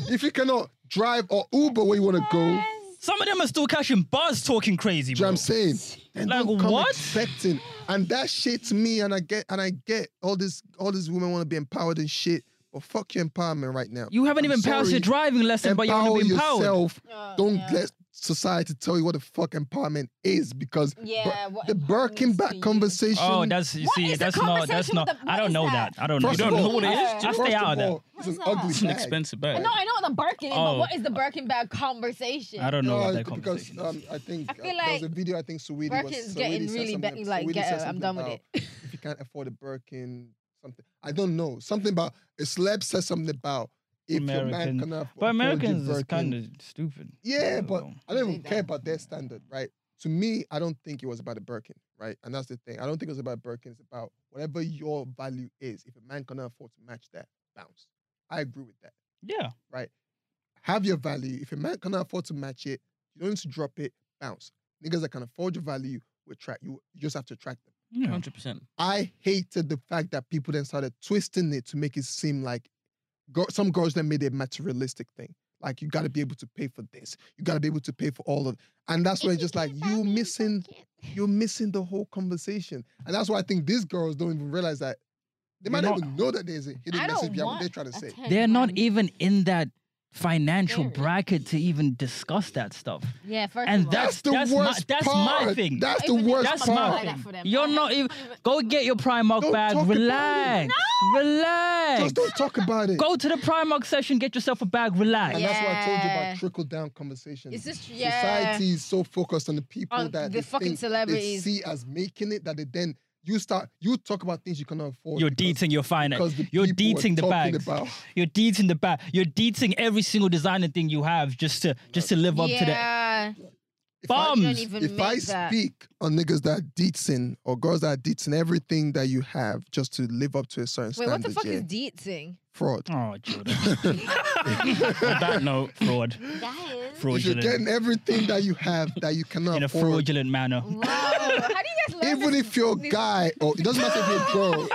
if you cannot drive or Uber where you want to go, do you know
some of them are still catching bus talking crazy,
what
bro.
I'm saying, and
Like,
don't come
what?
expecting, and that shit to me, and I get, and I get all this, all these women want to be empowered and shit, but fuck your empowerment right now.
You haven't
I'm
even passed your
sorry.
driving lesson, but you want
Empower
to be empowered.
yourself.
Oh,
Don't
yeah.
let society tell you what the fuck empowerment is because
Yeah. what
the
empowerment
Birkin
means to
back
you.
conversation.
Oh, that's you
What
see,
is the
that's not that's
conversation
not.
with the-
I
what
don't
is
know that?
that?
I don't know.
First
You
of
don't know
all-
what it is?
Yeah.
Just
First
stay out of
of
that.
all, It's an
What's that?
ugly
It's an
bag.
expensive bag.
No, I know the Birkin,
Oh.
but what is the Birkin bag conversation?
I don't know
No,
what
it's
that
because
conversation.
um, I think
I
uh,
feel
there was a
like
video. I think Sweetie
Birkin's
was
getting
Saweetie said
really
something-
be- like,
Saweetie
get
said
her,
something
I'm done with
about
it.
If you can't afford a Birkin, something I don't know. Something about a celeb says something about if your man
American-
cannot.
But Americans is kind of stupid.
Yeah,
I
but
don't know.
I don't
They
even care
don't.
about their standard, right? To me, I don't think it was about a Birkin, right? And that's the thing. I don't think it was about Birkin. It's about whatever your value is. If a man cannot afford to match that, bounce. I agree with that.
yeah.
Have your value. If a man cannot afford to match it, you don't need to drop it, bounce. Niggas that can afford your value will attract you. You just have to attract them.
Yeah.
Hundred percent.
I hated the fact that people then started twisting it to make it seem like girl, some girls then made a materialistic thing. Like you got to be able to pay for this. You got to be able to pay for all of. And that's where it's just like you missing you're missing the whole conversation. And that's why I think these girls don't even realize that they might
You're
not even know that there's a hidden
I
message
don't
behind what
want
they're trying to say.
They're not e- even in that financial
Very.
bracket to even discuss that stuff.
Yeah, first
And
of all.
that's-
That's the
my-
worst
that's my
part.
thing.
That's the
Even if
worst
that's
I'm
my
part.
like that
thing.
for them,
You're
I
not
don't
even-
even-
Go get your Primark
Don't
bag.
talk about it.
Relax. Relax.
Just don't talk about it.
Go to the Primark session. Get yourself a bag. Relax.
And that's why I told you
Yeah.
about trickle down conversation.
It's just yeah.
Society is so focused on the people
On
that
the
they
fucking
think
celebrities.
they see as making it that they then you start you talk about things you cannot afford.
You're
because-
deeting your finance.
because the
You're
people are
deeting the
talking
bags.
about-
You're deeting the bag. You're deeting every single designer thing you have just to just to live up to that.
yeah.
If I-
Bums.
Don't even
if I
make that.
speak on niggas that are deeting or girls that are deeting everything that you have just to live up to a certain
Wait,
standard,
what the fuck
yeah,
is deeting?
fraud?
Oh, Jordan. On that note, fraud.
That is.
If you're
Fraudulent.
getting everything that you have that you cannot
In a
afford,
fraudulent manner.
Wow. How do you guys learn
even
this?
if you're a
this-
guy or it doesn't matter if you're a girl.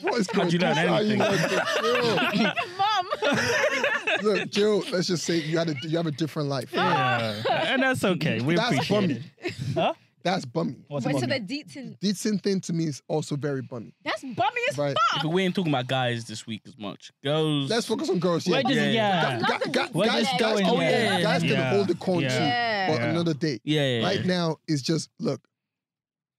What is
How'd you
girl?
learn
This is how you
anything?
learn this.
Mom.
Yo, Look, Jill. Let's just say you had a you have a different life.
Yeah. And that's okay. We
That's
appreciate
bummy.
it. Huh?
That's bummy.
What's
Wait, so
bummy?
the deeting.
Deeting thing to me is also very bummy.
That's bummy as
Right.
fuck.
But we ain't talking about guys this week as much. Girls.
Let's focus on girls.
We're
Yeah.
just,
Yeah,
yeah.
yeah.
Ga-
Love
ga-
the
ga-
We're
guys,
just
guys,
going
can,
there.
guys can
Yeah.
hold the corn
Yeah.
too, but
Yeah.
another day.
yeah, yeah, yeah.
Right now, it's just look.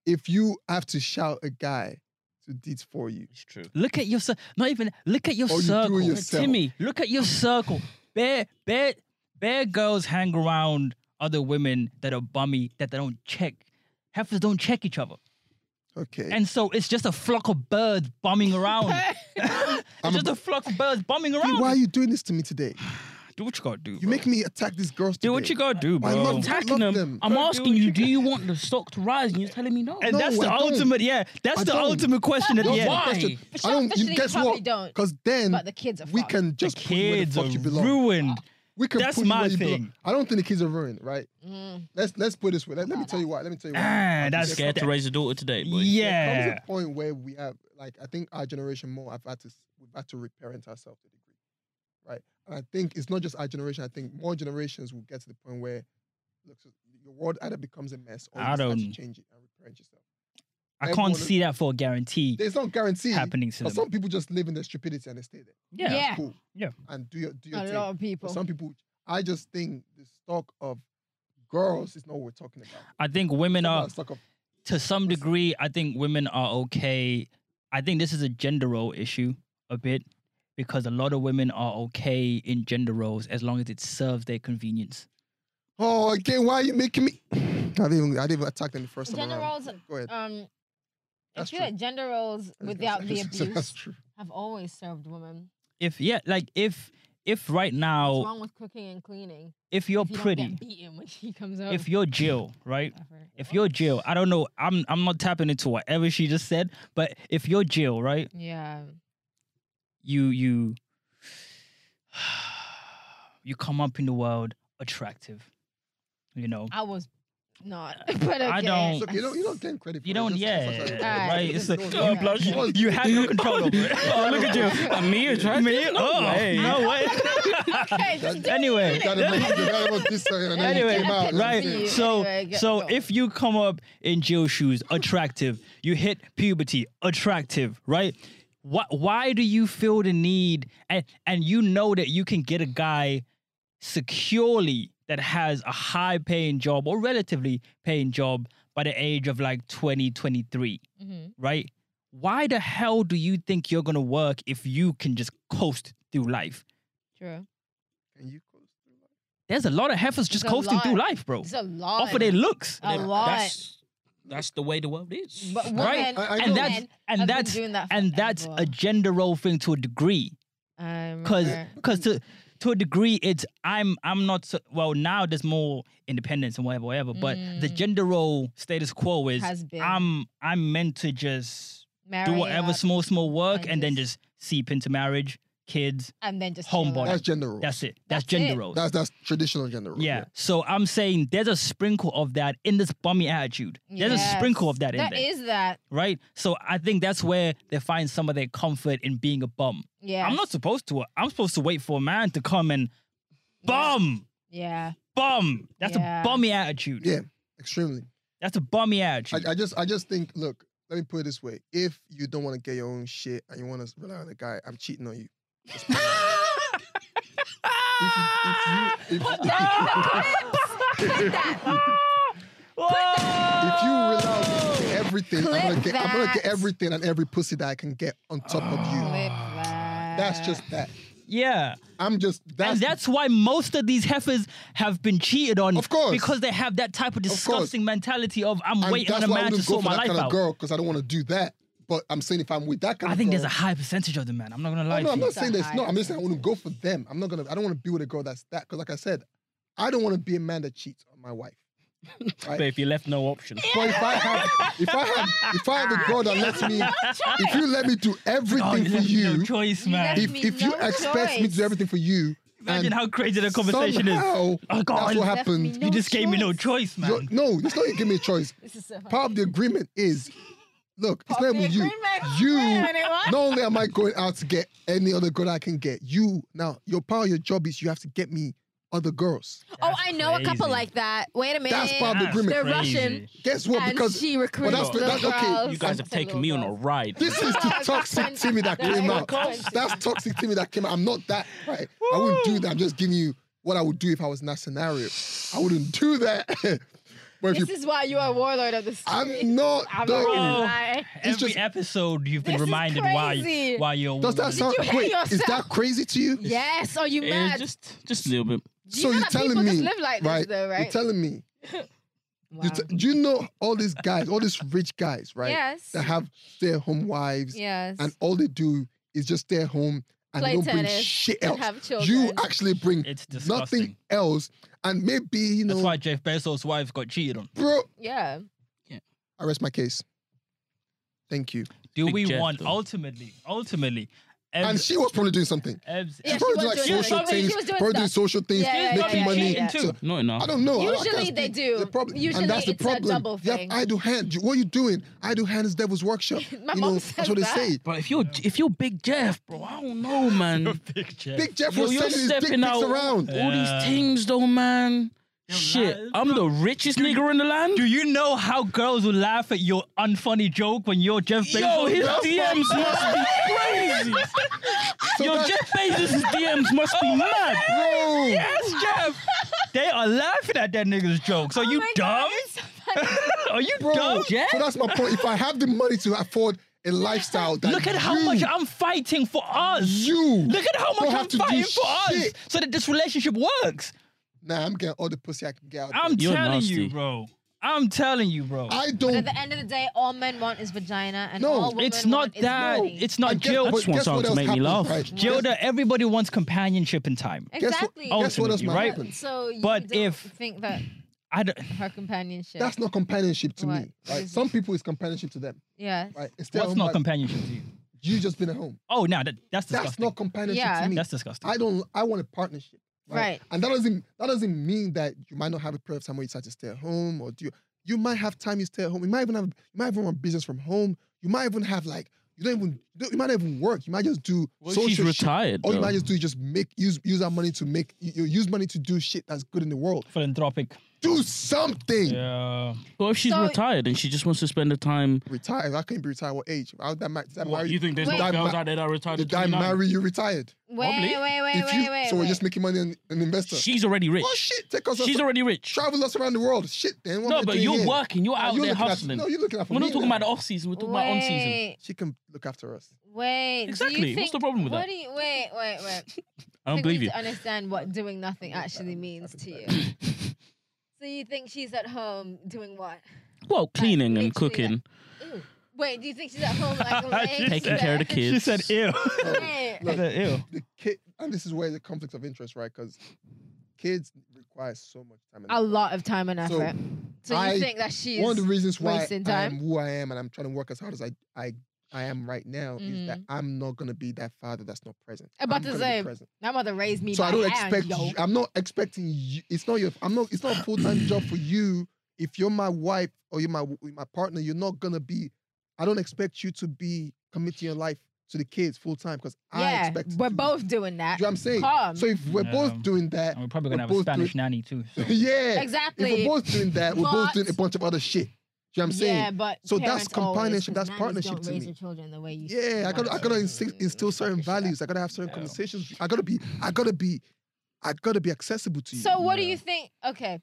If you have to shout a guy to deet for you,
It's true.
Look at your cir- not even look at your
Or Oh, you do
circle.
it yourself.
Timmy, look at your circle. Bare bare bare girls hang around other women that are bummy that they don't check. Heifers don't check each other.
okay.
And so it's just a flock of birds bumming around. it's
I'm a-
just a flock of birds bumming
Hey,
around.
why are you doing this to me today?
do what you gotta do.
You make me attack these girls today.
do what you gotta do,
I
bro.
love
and
Attacking them.
them.
I'm
Bro, do
asking
what
you,
you
do you want the stock to rise? And you're telling me no.
No,
that's the
I don't.
ultimate, yeah. That's
I
the
don't.
ultimate question at
That's
the
the
end.
Why?
question.
But
I
you
don't. You
officially
guess
probably
what?
don't.
Because then
But the kids are
we
fucked.
can
The
just put you where
kids
the
are
fuck you belong.
ruined.
we can
That's
put you
my
where you belong.
thing.
I don't think the kids are ruined, right?
Mm.
Let's let's put it this way. Let, let me tell you why. Let me tell you why.
Ah, that's
scared to raise a daughter today, boy.
There
Yeah.
comes a point where we have, like, I think our generation more. I've had to, s- we've had to reparent ourselves to a degree, right? And I think it's not just our generation. I think more generations will get to the point where, look, so your world either becomes a mess or you
I
start to
don't-
change it and reparent yourself.
I
Everyone
can't
is-
see that for a guarantee
There's no guarantee,
happening to
but
them.
some people just live in their stupidity and they stay there.
yeah.
Yeah.
Cool.
Yeah.
And do your do your
A
thing.
lot of
But
people.
some people, I just think the stock of girls is not what we're talking about.
I uh, think women
Talking
are,
about stock of
to some degree, I think women are okay. I think this is a gender role issue a bit because a lot of women are okay in gender roles as long as it serves their convenience.
Oh, again, why are you making me? I didn't even, I didn't even attack them the first time.
Gender
around.
roles.
Go ahead.
Um, I
That's
feel
true.
like gender roles
I was gonna
without
say-
the
so That's
abuse
true.
have always served women.
If, yeah, like if, if right
What's
now,
wrong with cooking and cleaning?
if you're
if you Don't
pretty,
get beaten when she comes home.
if you're Jill, right?
Whatever.
If you're Jill, I don't know. I'm I'm not tapping into whatever she just said, but if you're Jill, right?
yeah,
you you you come up in the world attractive you know
I was not. But okay.
Uh, I don't-
So you don't, you don't get credit. For
you
it,
don't
just-
yeah
just- just-
right
just-
it's like
just-
Oh, blush.
you, you have no control over it
oh, look at you. And me attractive?
Me?
No
oh
way.
no way
okay, just do
anyway
You gotta remember- you gotta remember this, uh, and then you
Anyway,
came out,
right
that's it.
you.
so
Anyway, get
so
going.
if you come up in Jill shoes attractive you hit puberty attractive right why, why do you feel the need and and you know that you can get a guy securely that has a high paying job or relatively paying job by the age of like 20, 23,
hmm
right? Why the hell do you think you're gonna work if you can just coast through life?
True.
Oh.
Can you coast through life?
There's a lot of heifers just
There's a
coasting through
lot.
life, bro.
It's a lot.
Off of their looks.
a
Then
lot.
That's, that's the way the world is.
but women,
Right.
I- I
and
know.
that's
women have
and
been
that's
doing that
and that's
forever.
a gender role thing to a degree.
I
because
remember.
because to to a degree it's i'm i'm not so, well now there's more independence and whatever whatever but the
Mm.
gender role status quo is
Has been.
i'm i'm meant to just do
Marry
whatever
up
small small work
and
and then
just-
just seep into marriage kids
and then just
homeboy.
That's gender roles.
that's it that's,
That's
gender
it.
roles
That's that's traditional gender roles.
yeah. so i'm saying there's a sprinkle of that in this bummy attitude there's a sprinkle of that in
That
there
is that.
right so i think that's where they find some of their comfort in being a bum
Yeah.
i'm not supposed to i'm supposed to wait for a man to come and bum
Yeah.
bum. That's
Yeah.
a bummy attitude.
Yeah. Extremely.
That's a bummy
I,
attitude.
I just I just think look, let me put it this way. If you don't want to get your own shit and you want to rely on a guy, I'm cheating on you. Just put it out there. if, you, if, you, if,
Ah!
if you rely on me for everything, I'm gonna,
Clip
get, I'm gonna get
that.
everything and every pussy that I can get on top of you.
Clip that.
That's just that.
Oh, yeah.
I'm just that's,
and that's why most of these heifers have been cheated on.
Of course.
Because they have that type of
course.
disgusting mentality of I'm
and
waiting
that's
on a
why I
man to
wouldn't go
sort
for
my
that
life
kind of
out.
girl because I don't want to do that. But I'm saying if I'm with that kind
I
of
think
girl,
there's a high percentage of them, man. I'm not gonna
No,
lie.
Oh, no,
to
I'm
you.
not saying this. No, I'm just saying I
higher.
want to go for them. I'm not gonna. I don't want to be with a girl that's that. Because like I said, I don't want to be a man that cheats on my wife. Right?
But if you're left no option,
But if I have, if I have, if I have a girl that lets me, if you let me do
Oh,
everything
you
for
left me no
you,
choice,
You
man.
left-
if
me
if you
no
expect me to do
choice.
everything for you,
Imagine
and
how crazy the conversation is.
somehow
Oh, God,
that's
you
what
left
Left me
happens.
You
no
just gave me no
choice.
choice, man.
You're- No, it's not you give me a choice.
This is so funny.
Part of the agreement is, look, it's
Part
not
of the
with you.
agreement.
You,
Wait a minute, what?
not only am I going out to get any other girl I can get, you now your part of your job is you have to get me other girls.
Oh,
That's
I know a couple
crazy.
like that. Wait a minute.
That's part of the
That's
agreement.
They're
crazy.
Russian.
Guess what?
and
because
she recruits
that's-
little
that's- okay,
girls.
you guys have taken me on a ride.
This is the toxic Timmy that
That's
came
what
out.
comes.
That's toxic Timmy that came out. I'm not that right. I wouldn't do that. I'm just giving you what I would do if I was in that scenario. I wouldn't do that. but if
This
you,
is why you are warlord of the street.
I'm not.
I'm
the-
not
Bro.
gonna lie.
Every
just-
episode, you've been
This is
reminded why
crazy.
why you're. a
does that
woman.
sound?
you hate
Wait, is that
yourself?
crazy to you?
Yes, are you
It's
mad?
just, just a little bit.
Do you know that people just live like this though, right?
You're telling me.
wow.
You t- do you know all these guys, all these rich guys, right?
Yes.
That have their home wives,
Yes.
and all they do is just stay at home and
Play
they don't bring
tennis
shit
and
else.
have children.
You actually bring
It's
nothing
disgusting.
else, and maybe you know,
That's why Jeff Bezos' wife got cheated on.
bro.
yeah.
I rest my case. Thank you.
Do
Big
we
Jeff,
want
though.
ultimately, ultimately,
And
Ebs,
she was probably doing something.
Ebs,
She
Yeah, she
probably
was
doing like
doing
social
something. She
things,
was doing
probably doing
stuff.
social things,
Yeah, yeah,
making
yeah,
money.
yeah.
So,
Not enough.
I don't know. I- I
Usually
can't
they
speak.
do.
The problem,
Usually
and that's the
it's a
problem.
double
You have
thing.
idle hand. You- What are you doing? Idle hand is devil's workshop.
My
you
mom
know,
says
that's what
that.
they say.
But if you're if you're Big Jeff, bro, I don't know, man.
Big Jeff.
Big Jeff
Yo,
was
you're
sending his dick
stepping
pics
out
around.
all
Yeah.
these things, though, man. Shit,
lie.
I'm the richest nigger in the land.
Do you know how girls will laugh at your unfunny joke when you're Jeff Bezos?
Yo, his
bro?
DMs must be crazy.
So
Yo,
that's-
Jeff Bezos' DMs must
Oh
be mad.
Bro,
Yes, Jeff. they are laughing at that nigga's joke. So
Oh
you
my God,
dumb?
it's so funny.
are you
bro.
dumb?
Jeff?
So that's my point. If I have the money to afford a lifestyle that
Look at
you,
how much I'm fighting for us.
you
Look at how
don't
much
have
I'm
to do
fighting for
shit.
us so that this relationship works.
Nah, I'm getting all the pussy I can get. Out
I'm
there.
You're
telling you,
nasty.
bro. I'm telling you, bro.
I
At
don't.
the end of the day, all men want is vagina, and
No.
all women
it's not
want is
that.
money.
It's not
And guess-
Jill.
but
That's one
guess
song
what
to
else
make
happens,
me laugh.
Right?
Jill, that everybody wants companionship in time.
guess what-
exactly.
Oh,
Guess what else
Ultimately,
might
right?
happen?
So you
But
don't
if-
think that
I don't,
her companionship.
That's not companionship to
What?
me. Right? Some people it's companionship to them.
yeah.
Right? It's their
what's
own
not
life.
companionship to you?
you just been at home.
Oh, no, that, that's disgusting.
That's not companionship
Yeah.
to me.
That's disgusting.
I don't. I want a partnership.
Right.
And that doesn't. That doesn't mean that you might not have a period of time where you decide to stay at home, or do you? You might have time you stay at home. You might even have. You might even run business from home. You might even have like. You don't even. You, don't, you might not even work. You might just do
Well,
social.
she's
shit,
retired.
or you
though.
might just do just make use use that money to make you, you use money to do shit that's good in the world.
Philanthropic. uh,
Do something.
Yeah.
Or if she's
So-
retired and she just wants to spend the time.
Retire. I couldn't be retired. What age? How did I, ma- did I marry?
think there's
Wait.
Did I ma-
out there that are retired?
did I marry you retired?
Wait,
Probably.
wait, wait,
If you,
wait, wait.
so we're
wait.
just making money on an investor.
She's already rich.
oh shit! Take us.
She's
us-
already rich.
travel us around the world. Shit, then. What am
No,
I
but
doing
you're
here?
working. You're
No,
out
you're
there
looking at-
hustling.
no, you're looking at.
We're not talking about the
the.
off season. We're talking about on season.
Wait,
She can look after us.
Wait, do you
Exactly. What's
think-
the problem with
what
that?
Do you, wait, wait, wait.
I don't
think
believe
we
you.
need to understand what doing nothing
I'll do
actually
that.
means
I'll
to
do
you.
that.
So you think she's at home doing what?
Well, cleaning
literally,
and cooking,
Ew. Wait, do you think she's at home like laying
taking care of the
there?
kids.
She said, "Ew."
Wait,
She said, "Ew."
The kid, and this is where the conflict of interest, right? Because kids require so much time. and
A
effort.
lot of time and
So,
effort. So, you
I-
think that she's
One of the reasons why
wasting
I
time.
am who I am, and I'm trying to work as hard as I I, I am right now, is that I'm not gonna be that father that's not present.
Mm-hmm. About
I'm
to
gonna be
say,
present.
my mother raised me
So
by
I don't
hand,
expect.
yo.
you- I'm not expecting you. It's not your. I'm not. It's not a full time job for you. If you're my wife or you're my my partner, you're not gonna be. I don't expect you to be committing your life to the kids full time because I
yeah,
expect.
we're
to-
both doing that.
Do you know what I'm saying?
Calm.
So if we're
Yeah.
both doing that,
And we're probably gonna
We're
have a
both
Spanish
doing-
nanny too. So.
yeah. If
exactly.
we're both doing that, we're both doing a
But-
bunch of other shit. Do you know what I'm saying?
Yeah, but
So that's
parents always,
companionship, that's
'cause nannies
partnership
don't
to
raise
me.
Your children the way you
Yeah, I gotta, I gotta instill, instill certain values. I gotta have certain
Yeah.
conversations. I gotta be, I gotta be, I gotta be accessible to you.
So what do
Yeah.
you think? Okay,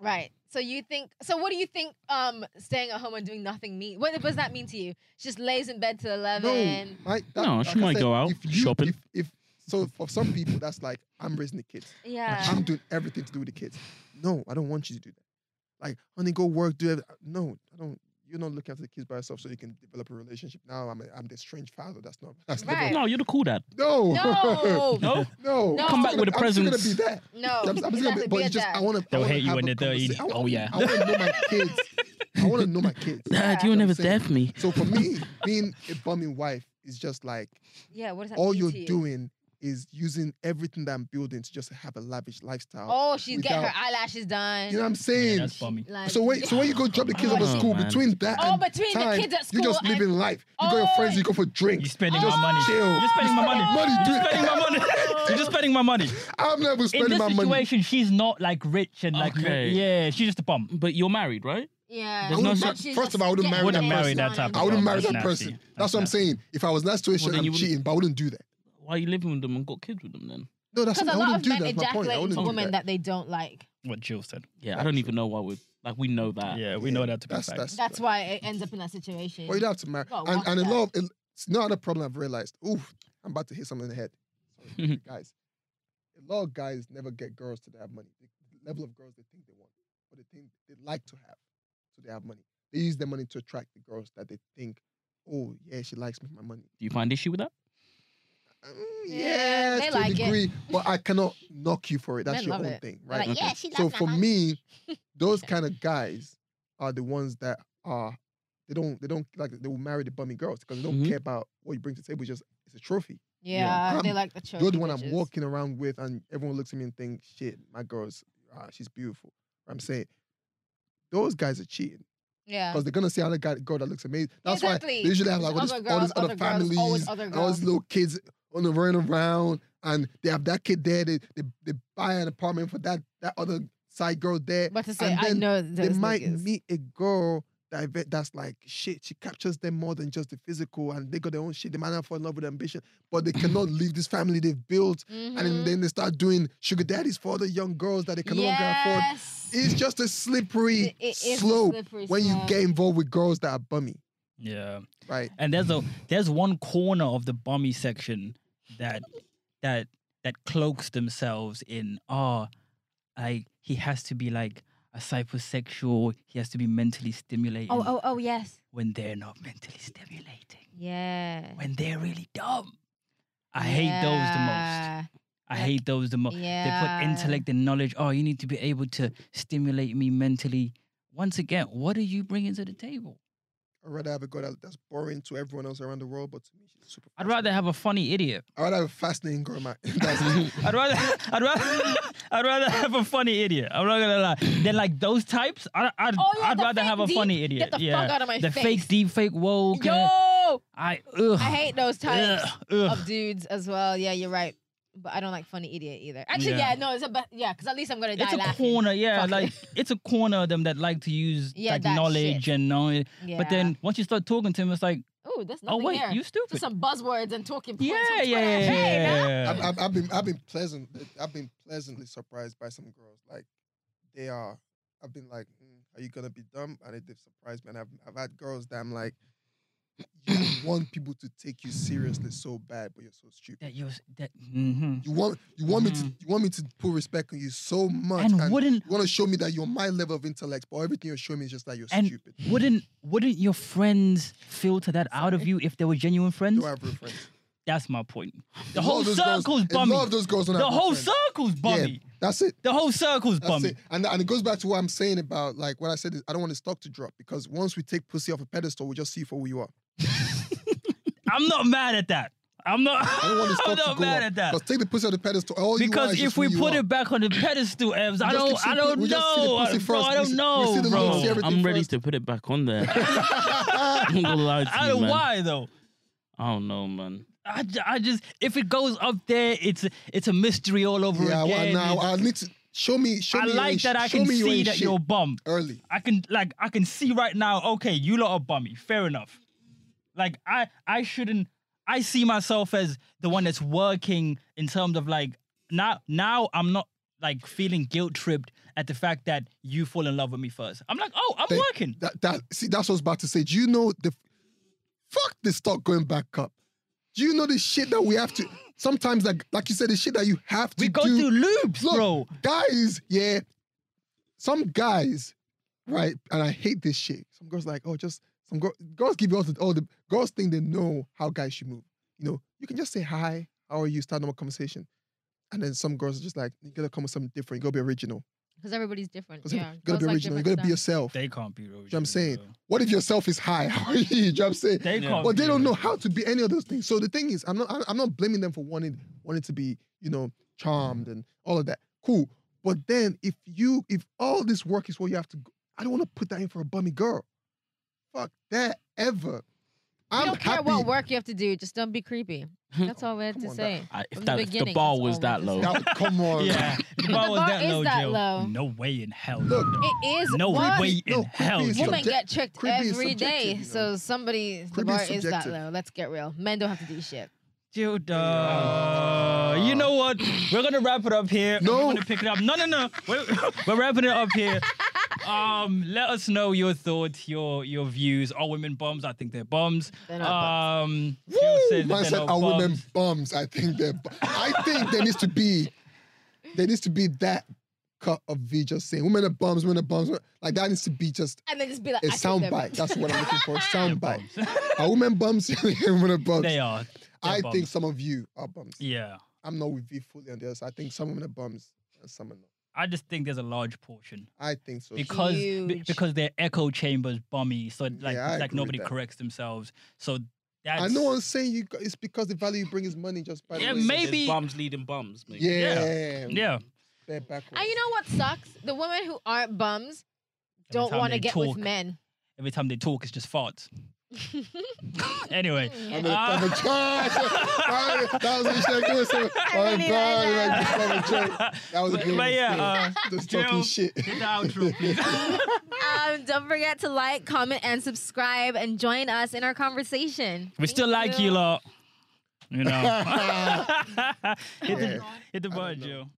right. So you think? So what do you think? Um, staying at home and doing nothing mean? What does that mean to you? She just lays in bed till
no,
eleven.
my, that,
No,
like
she
I
might
said,
go out
if you-
shopping.
If, if so, for some people, that's like I'm raising the kids.
Yeah.
I'm doing everything to do with the kids. No, I don't want you to do that. Like, honey, go work. Do everyth- no, I don't. You're not looking after the kids by yourself, so you can develop a relationship. Now I'm, a, I'm the strange father. That's not. That's
Right.
No, you're the cool dad.
never, no,
no,
No,
no.
No.
I'm
Come
still
back
gonna-
with a
I'm still gonna be
presence.
that.
no.
I'm, I'm
you
just
have
gonna
to
be, but
be
it's
a
just
dad.
I want to.
They'll hate you when they're 30. Oh, yeah.
I want to know my kids. I want to know my kids.
dad,
You
you'll
know what
never
I'm saying?
deaf me.
So for me, being a bumming wife is just like
yeah. What does that
all
mean
you're
to you?
doing is using everything that I'm building to just have a lavish lifestyle.
Oh, she's getting her
without-
eyelashes done.
You know what I'm
Yeah,
saying?
that's bummy.
like,
so wait, so when you go drop the kids off
Oh,
at school,
man.
between that
Oh,
and
between
time,
the kids at school
you just
and
living life. You go your friends,
Oh,
you go for
You're
drinks.
spending
just
my money.
chill.
You're spending my money.
Money,
You're spending
dude.
my money. You're just spending my money.
I'm never
In
spending
this
my money.
situation, she's not like rich and like
Okay.
yeah, she's just a bum.
But you're married, right?
yeah.
There's no
And
such-
she's
first of
just
all, I wouldn't
getting
marry that
her nails
person.
done and
I wouldn't
Oh,
marry
that's
that
nasty.
person.
That's
That's, what I'm saying. If I was in that situation,
then
I'm
you wouldn't-
cheating, but I wouldn't do that.
Why are you living with them and got kids with them then?
No, that's what,
Because a
I wouldn't
lot of
do
men
that. That's my point. I
ejaculating
wouldn't
to
do
women
that.
that they don't like.
What Jill said.
Yeah, I don't even know why we like we know that.
Yeah, we know
Yeah,
that to be
that's-
fact.
that's-
That's why it ends up in that situation.
Well, you don't have to marry.
Well,
and
what's
and a
that?
lot of it's no other problem I've realized. Oof, I'm about to hit something in the head. Sorry, guys, a lot of guys never get girls to have money. The the level of girls they think they want, or they think they like to have, so they have money. They use their money to attract the girls that they think, oh yeah, she likes me, for my money.
Do you find issue with that?
Mm,
Yeah,
yes,
they
to
like it.
a degree, but I cannot knock you for it. That's
Men
your
love
own
it.
thing,
They're
right?
Like,
Okay.
yeah, she
So
loves my
for
money.
me, those kind of guys are the ones that are they don't they don't like they will marry the bummy girls because they don't
Mm-hmm.
Mhm.
care about what you bring to the table. It's just it's a trophy.
Yeah,
Yeah.
they
I'm-
like the church.
You're the one I'm walking around with, and everyone looks at me and thinks, "Shit, my girl's ah, she's beautiful." I'm saying those guys are cheating
Yeah.
because they're gonna see another guy girl that looks amazing. That's why
Exactly.
they usually have like all,
There's
this,
other
all these
girls,
other,
other girls,
families,
always other
and all these
girls.
little kids on the run around, and they have that kid there. They they, they buy an apartment for that that other side girl there.
But to say
and
I
then
know
they
those
might
niggas.
meet a girl that I bet that's like shit. She captures them more than just the physical, and they got their own shit. They might not fall in love with ambition, but they cannot leave this family they've built, and then,
Mhm.
then they start doing sugar daddies for other young girls that they can no longer afford.
yes.
It's just a slippery
It- it is a
slope
slippery
when you
slope.
get involved with girls that are bummy,
Yeah.
right?
And there's a there's one corner of the bummy section that that that cloaks themselves in ah, like he has to be like a psychosexual. He has to be mentally stimulating.
Oh, oh, oh, yes.
When they're not mentally stimulating.
Yeah.
When they're really dumb. I hate those the most. I
Like,
hate those the most.
Yeah.
They put intellect and knowledge. Oh, you need to be able to stimulate me mentally. Once again, what are you bringing to the table?
I'd rather have a girl that, that's boring to everyone else around the world, but to me, she's super.
I'd rather have a funny idiot.
fascinating. I'd rather have a fascinating girl. Man. that's,
I'd rather, I'd rather, I'd rather have a funny idiot. I'm not gonna lie. Then like those types, I, I'd,
Oh, yeah,
I'd
the
rather
fake
have a
deep-
funny idiot.
Get the
yeah,
fuck out of my
the
face.
fake, deep, fake woke.
Yo!
I, ugh,
I hate those types
ugh, ugh.
of dudes as well. Yeah, you're right. but I don't like funny idiot either. Actually, yeah,
Yeah.
no, it's a but yeah, because at least I'm gonna die
It's a
laughing.
corner, yeah.
Fuck it.
Like it's a corner of them that like to use
Yeah,
like
that
knowledge
shit.
and knowledge.
yeah.
But then once you start talking to him, it's like,
oh, that's
oh
nothing
wait,
here.
you stupid.
Just some buzzwords and talking points.
yeah,
on
yeah,
Twitter.
yeah, yeah,
Hey, nah.
yeah.
I've, I've, I've been I've been pleasant I've been pleasantly surprised by some girls. Like they are. I've been like, mm, are you gonna be dumb? And they've surprised me. And I've I've had girls that I'm like, you want people to take you seriously so bad, but you're so stupid.
That you was- that, mhm.
You want you want me to you want me to put respect on you so much,
Mm-hmm. And
and
wouldn't
you want to show me that you're my level of intellect, but everything you're showing me is just that you're
And
stupid.
wouldn't wouldn't your friends filter that out of you if they were genuine friends?
Don't have real friends.
That's my point. The
A lot
whole
of those girls-
circle's
a lot of
bummy.
those girls don't
The
have real
whole
friends.
circle's bummy.
That's it.
The whole circle's
That's
bummy.
it. And, and it goes back to what I'm saying about like what I said is I don't want the stock to drop because once we take pussy off a pedestal, we just see for who you are.
I'm not mad at that. I'm not.
I don't want
I'm
the stock
not
to go
mad
up.
at that.
Because take the pussy off the pedestal, all you are is
Because
just
if
who
we
you
put
are.
it back on the pedestal, Evs, I
just keep
don't, I
seeing
don't
pu- we just see the
know.
pussy
Bro,
first.
I
We see-
don't
we see
know,
the
bro.
lips, everything.
I'm ready
first.
to put it back on there. I'm not gonna lie to
I
you,
don't
man.
why though.
I don't know, man.
I, ju- I just if it goes up there, it's it's a mystery all over
yeah, I- I,
again.
now I need to show me. Show
I
me you
like
ain't sh-
that I
show
can
me you
see
ain't
that
shit
you're bum.
early.
I can like I can see right now. Okay, you lot are bummy. Fair enough. Like I I shouldn't. I see myself as the one that's working in terms of like now now I'm not like feeling guilt tripped at the fact that you fall in love with me first. I'm like oh I'm
Thank-
working.
That that see that's what I was about to say. Do you know the fuck the stock going back up? Do you know the shit that we have to sometimes like like you said the shit that you have to
We go
do
through loops,
Look,
bro.
guys, yeah, some guys, right? And I hate this shit. Some girls like, oh, just some girl, girls give you all the, all the girls think they know how guys should move. You know, you can just say hi, how are you, start normal conversation, and then some girls are just like, you gotta come with something different. You gotta be original.
Because everybody's different.
'Cause
Yeah.
you gotta
girls
be
like
original. You
different
gotta be
stuff.
yourself.
They can't be. You
I'm saying? what if yourself is high? How are you? Do you know what I'm saying?
They
Yeah.
can't.
but they
be
don't know
original.
how to be any of those things. So the thing is, I'm not I'm- I'm not blaming them for wanting wanting to be you know charmed and all of that. Cool. But then if you if all this work is what you have to, go, I don't want to put that in for a bummy girl. Fuck that ever.
I
I'm
don't care
happy.
what work you have to do, just don't be creepy. That's all we had
Come
to
on,
say.
I, if,
From
that,
the
if the
beginning,
bar
that's
was
all
that
we
low,
just-
Now, come on.
Yeah, the
The
bar was
bar
that
is
low,
that
Jill.
low.
No way in hell.
Look,
no.
It is
No
what?
way in
No,
hell.
creepy is
Jill.
Women
Subject-
get tricked
creepy is
every day,
subjective, you know.
so somebody the
Creepy is
bar is that
subjective.
low. Let's get real. Men don't have to do shit.
Jill, duh. Uh, You know what? We're gonna wrap it up here.
No.
We're gonna pick it up. No, no, no. We're, we're wrapping it up here. Um, let us know your thoughts, your your views. Are women bums? I think they're bums.
They're not
Um, Jill says
Man
that they're
said,
not
"Are women
bums.
bums?" I think they're. bu- I think there needs to be, there needs to be that cut of V just saying, "Women are bums, women are bums." Like that needs to be just
And then just be like,
a
I think they're-
soundbite. That's what I'm looking for. Soundbite. Are women bums? women are bums.
They are. They're
I think
bums.
some of you are bums.
Yeah.
I'm not with V fully on this. I think some women are bums and some are not.
I just think there's a large portion
I think so.
because be-
Huge.
because their echo chambers bummy, so like
I agree
like
with
nobody
that.
corrects themselves. So that's
I know I'm saying you. It's because the value you bring is money. Just by the
Yeah,
way.
maybe-
There's bums leading bums. Maybe.
Yeah,
yeah.
They're backwards.
And you know what sucks? The women who aren't bums don't
time
want to
they
get
talk.
with men.
Every time they talk, it's just farts. anyway,
I'm a, I'm a
Ah.
charge. That was a shit. That was a- I'm
really
sorry,
like
man.
that.
I'm a jerk. Oh, That was a
But-
good
but yeah, uh,
mistake. Just talking
Jill,
shit.
hit the outro, please.
um, don't forget to like, comment, and subscribe, and join us in our conversation.
we still
Thank
like you lot. You know, hit,
Yeah.
the, hit the
I
button,
don't know.
Jill.